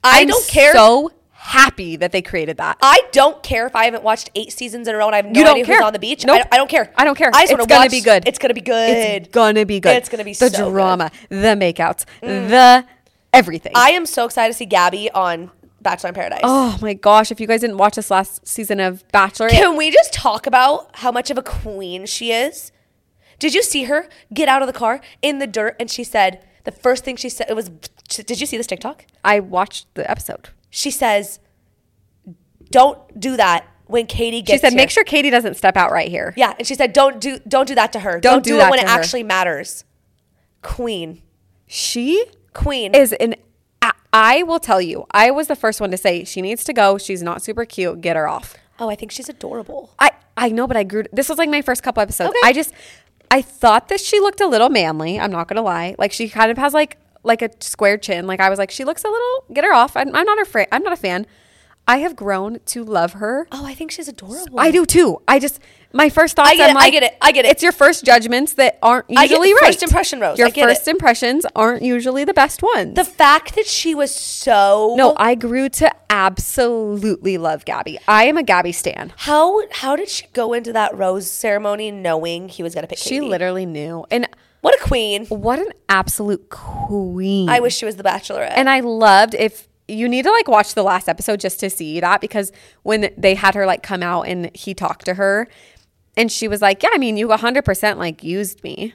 I
I'm
don't care.
So happy that they created that.
I don't care if I haven't watched eight seasons in a row and I have no
You don't
idea who's
care.
on the beach.
Nope.
I, I don't care.
I don't care.
I just
It's
wanna
gonna
watch-
be good.
It's gonna be good.
It's gonna be good.
It's gonna be so
the
good. Mm.
drama, the makeouts, the everything.
I am so excited to see Gabby on Bachelor in Paradise.
oh my gosh! If you guys didn't watch this last season of Bachelor,
Can we just talk about how much of a queen she is? Did you see her get out of the car in the dirt and she said the first thing she said it was did you see this TikTok?
I watched the episode.
She says don't do that when Katie
She
gets
said,
here."
"Make sure Katie doesn't step out right here."
Yeah, and she said don't do don't do that to her.
Don't do
it
that
when it
to her."
actually matters. Queen.
She
Queen.
is an. I- I will tell you, I was the first one to say she needs to go. She's not super cute. Get her off.
oh, I think she's adorable.
I I know, but I grew. This was like my first couple episodes.
Okay.
I just I thought that she looked a little manly. I'm not gonna lie. Like she kind of has like like a square chin. Like I was like she looks a little. Get her off. I'm, I'm not her. Fra- I'm not a fan. I have grown to love her.
Oh, I think she's adorable.
I do too. I just my first thoughts.
I get
I'm
it, I
like,
get it, I get it.
It's your first judgments that aren't
I get
usually
it.
right.
First impression, Rose.
Your
I get
first
it.
impressions aren't usually the best ones.
The fact that she was so
no, I grew to absolutely love Gabby. I am a Gabby stan.
How how did she go into that rose ceremony knowing he was gonna pick
She
Katie?
literally knew, and
What a queen!
What an absolute queen.
I wish she was the Bachelorette.
And I loved if you need to like watch the last episode just to see that because when they had her like come out and he talked to her and she was like, "Yeah, I mean, you 100% like used me."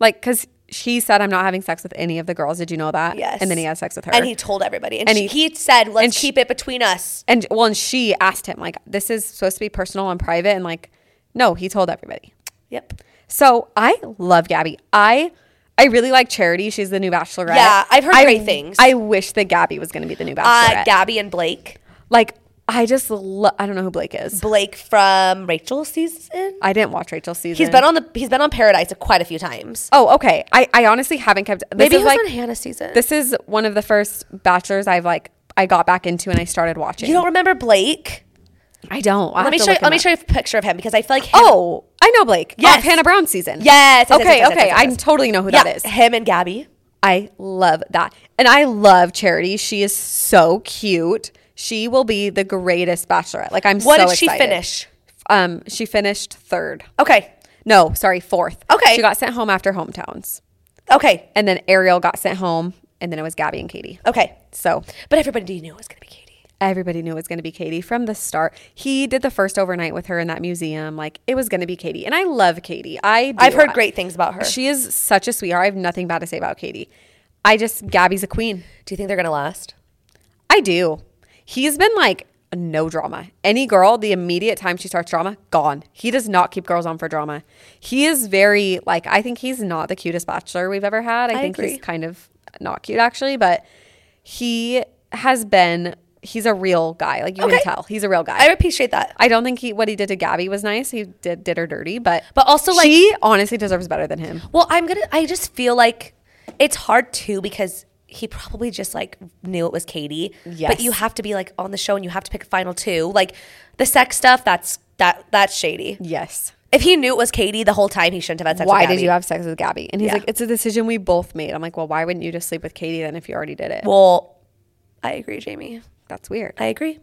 Like cuz she said I'm not having sex with any of the girls. Did you know that?
yes,
And then he had sex with her.
and he told everybody, and,
And
she, he,
he-
said, "Let's
and she-
keep it between us."
and well, and she asked him like, "This is supposed to be personal and private." And like, "No, he told everybody."
Yep.
So I love Gabby. I I really like Charity. She's the new Bachelorette.
Yeah, I've heard
I-
great things.
I wish that Gabby was going to be the new Bachelorette.
Uh, Gabby and Blake,
like I just lo- I don't know who Blake is.
Blake from Rachel's season.
I didn't watch Rachel's season.
He's been on the he's been on Paradise quite a few times.
Oh, okay. I I honestly haven't kept. This
Maybe he
is
was
like
on Hannah's season.
this is one of the first Bachelors I've like I got back into and I started watching.
you don't remember Blake?
I don't.
Let
I'll have
me
to
show you,
look him
let me
up.
show you a picture of him because I feel like him,
Oh, I know Blake.
Yes.
Yes, Hannah Brown season.
Yes, yes, yes,
Okay.
yes, yes,
okay.
yes, yes,
I
yes.
totally know who
yeah,
that is.
him and Gabby.
I love that. And I love Charity. She is so cute. She will be the greatest bachelorette. Like I'm
What
so
did she
excited.
finish?
Um she finished 3rd.
Okay,
No, sorry, 4th.
Okay.
She got sent home after hometowns.
okay,
And then Ariel got sent home and then it was Gabby and Katie.
okay.
So
But everybody knew it was gonna be Katie.
everybody knew it was going to be Katie from the start. He did the first overnight with her in that museum. Like it was going to be Katie. And I love Katie. I do.
I've heard
I-
great things about her.
She is such a sweetheart. I have nothing bad to say about Katie. I just Gabby's a queen.
Do you think they're gonna last?
I do. He's been like no drama. Any girl, the immediate time she starts drama, gone. He does not keep girls on for drama. He is very like I think he's not the cutest bachelor we've ever had. I,
I
think
agree.
he's kind of not cute actually, but he has been he's a real guy. Like you
Okay.
can tell. He's a real guy.
I
I,
appreciate that.
don't think he what he did to Gabby was nice. He did did her dirty, but
But also, like-
she honestly deserves better than him.
Well, I'm gonna. I just feel like it's hard too because he probably just like knew it was Katie. But
Yes.
you have to be like on the show and you have to pick a final two. Like the sex stuff, that's that that's shady.
Yes.
If he knew it was Katie the whole time, he shouldn't have had sex.
Why
with
did
Gabby.
you have sex with Gabby? And he's
Yeah.
like, it's a decision we both made. I'm like, well, why wouldn't you just sleep with Katie then if you already did it?
Well, I agree, Jamie.
That's weird.
I agree.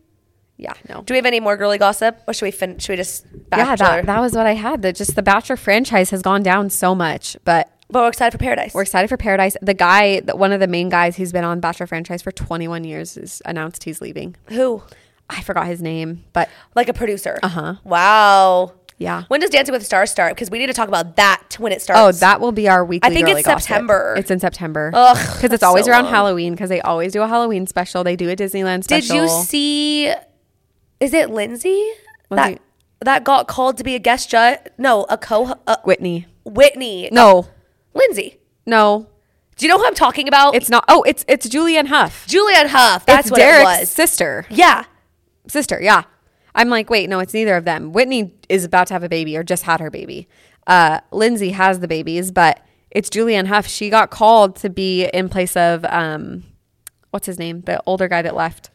yeah, no.
Do we have any more girly gossip, or should we fin- should we just
Yeah,
bachelor?
that, that was what I had. That just the Bachelor franchise has gone down so much, but
but we're excited for Paradise.
we're excited for Paradise. The guy, that one of the main guys, he's been on Bachelor franchise for 21 years, is announced he's leaving.
Who?
I forgot his name, but
Like a producer. Uh huh. Wow.
Uh-huh. Yeah.
When does Dancing with the Stars start? Because we need to talk about that when it starts.
oh, that will be our weekly.
I think
girly
it's
gossip.
September.
It's in September.
Ugh,
because
that's
it's always
so
around
long.
Halloween. Because they always do a Halloween special. They do a Disneyland
Did
special.
you see? Is it Lindsay, that
Lindsay-
that got called to be a guest judge? No, a co uh,
Whitney?
Whitney.
No,
Lindsay.
no,
Do you know who I'm talking about?
it's not. Oh, it's it's Julianne Huff.
Julianne Huff. That's
it's
what
Derek's
it was.
sister.
Yeah.
sister yeah i'm like wait no it's neither of them whitney is about to have a baby or just had her baby uh lindsay has the babies but it's julianne huff she got called to be in place of um what's his name the older guy that left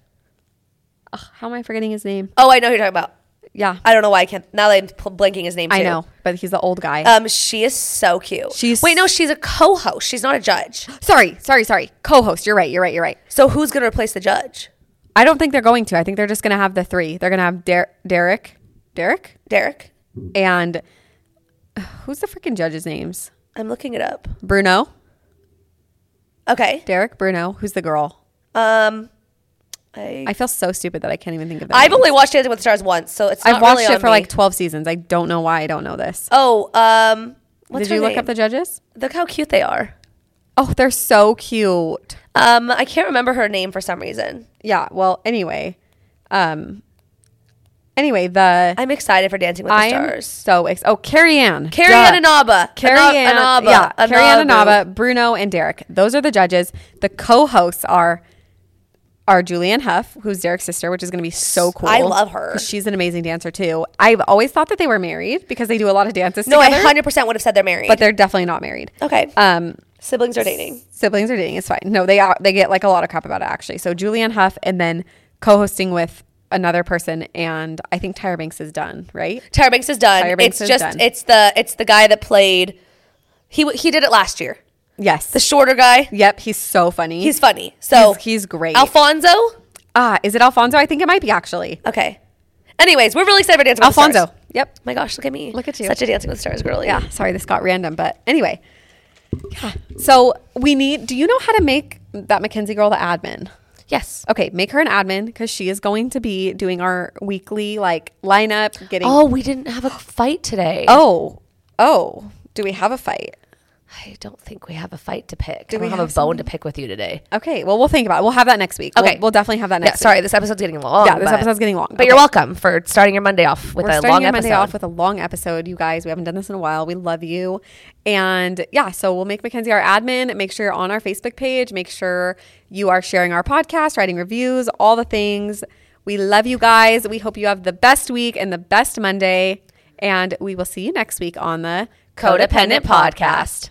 Ugh, how am i forgetting his name
Oh, I know who you're talking about.
Yeah.
I don't know why I can't. Now that I'm pl- blanking his name. Too.
I know, but he's the old guy.
Um, she is so cute.
She's-
wait, no, she's a co-host. She's not a judge.
sorry, sorry, sorry. Co-host. You're right. You're right. You're right.
So who's gonna replace the judge?
I don't think they're going to. I think they're just going to have the three. They're going to have Der- Derek, Derek,
Derek.
and uh, who's the freaking judge's names?
I'm looking it up.
Bruno,
Okay.
Derek, Bruno. Who's the girl?
Um, I,
I feel so stupid that I can't even think of. Their
I've
names.
only watched Dancing with the Stars once, so it's.
I've
not
watched
really on
it for
me.
like 12 seasons. I don't know why I don't know this.
Oh, um, what's
Did you
her
look
name?
up the judges?
Look how cute they are.
Oh, they're so cute.
Um, I can't remember her name for some reason.
Yeah. Well, anyway, um, anyway, the
I'm excited for Dancing with the
I'm
Stars.
so ex- oh Carrie Ann,
Carrie
Duh.
Ann Inaba.
Carrie
Ana-
Ann,
Inaba.
yeah, Carrie Ann
Inabu.
Inaba, Bruno, and Derek. Those are the judges. The co-hosts are are Julianne Huff, who's Derek's sister, which is going to be so cool.
I love her.
'Cause She's an amazing dancer too. I've always thought that they were married because they do a lot of dances
No, I
together,
100 percent would have said they're married.
but they're definitely not married.
okay.
Um,
Siblings are dating.
siblings are dating. It's fine. No, they are. They get like a lot of crap about it actually. So Julianne Huff, and then co-hosting with another person, and I think Tyra Banks is done. Right?
Tyra Banks is done.
Tyra
it's
Banks is
just
done.
it's the it's the guy that played. He w- he did it last year.
Yes.
The shorter guy.
yep. He's so funny.
He's funny. So
He's- he's great.
Alfonso.
Ah, is it Alfonso? I think it might be actually.
Okay. Anyways, we're really excited for Dancing with the
Alfonso.
Stars.
Yep.
Oh my gosh, look at me.
Look at you.
Such a Dancing with the Stars girly.
Yeah. Sorry, this got random, but anyway. Yeah. So we need. Do you know how to make that Mackenzie girl the admin?
Yes.
Okay, make her an admin because she is going to be doing our weekly like lineup. Getting
Oh, we didn't have a fight today.
oh oh. Do we have a fight?
I don't think we have a fight to pick. I
we
don't have,
have
a bone to pick with you today.
Okay. Well, we'll think about it. We'll have that next week. We'll-
Okay.
We'll, definitely have that
Yeah,
next.
sorry,
Week.
this episode's getting long.
Yeah, this
but-
episode's getting long.
But you're
Okay.
welcome for starting your Monday off with
We're
a
starting
long
your
episode.
Monday off with a long episode, you guys. We haven't done this in a while. We love you. And yeah, so we'll make Mackenzie our admin. Make sure you're on our Facebook page. Make sure you are sharing our podcast, writing reviews, all the things. We love you guys. We hope you have the best week and the best Monday. And we will see you next week on the
Codependent Podcast.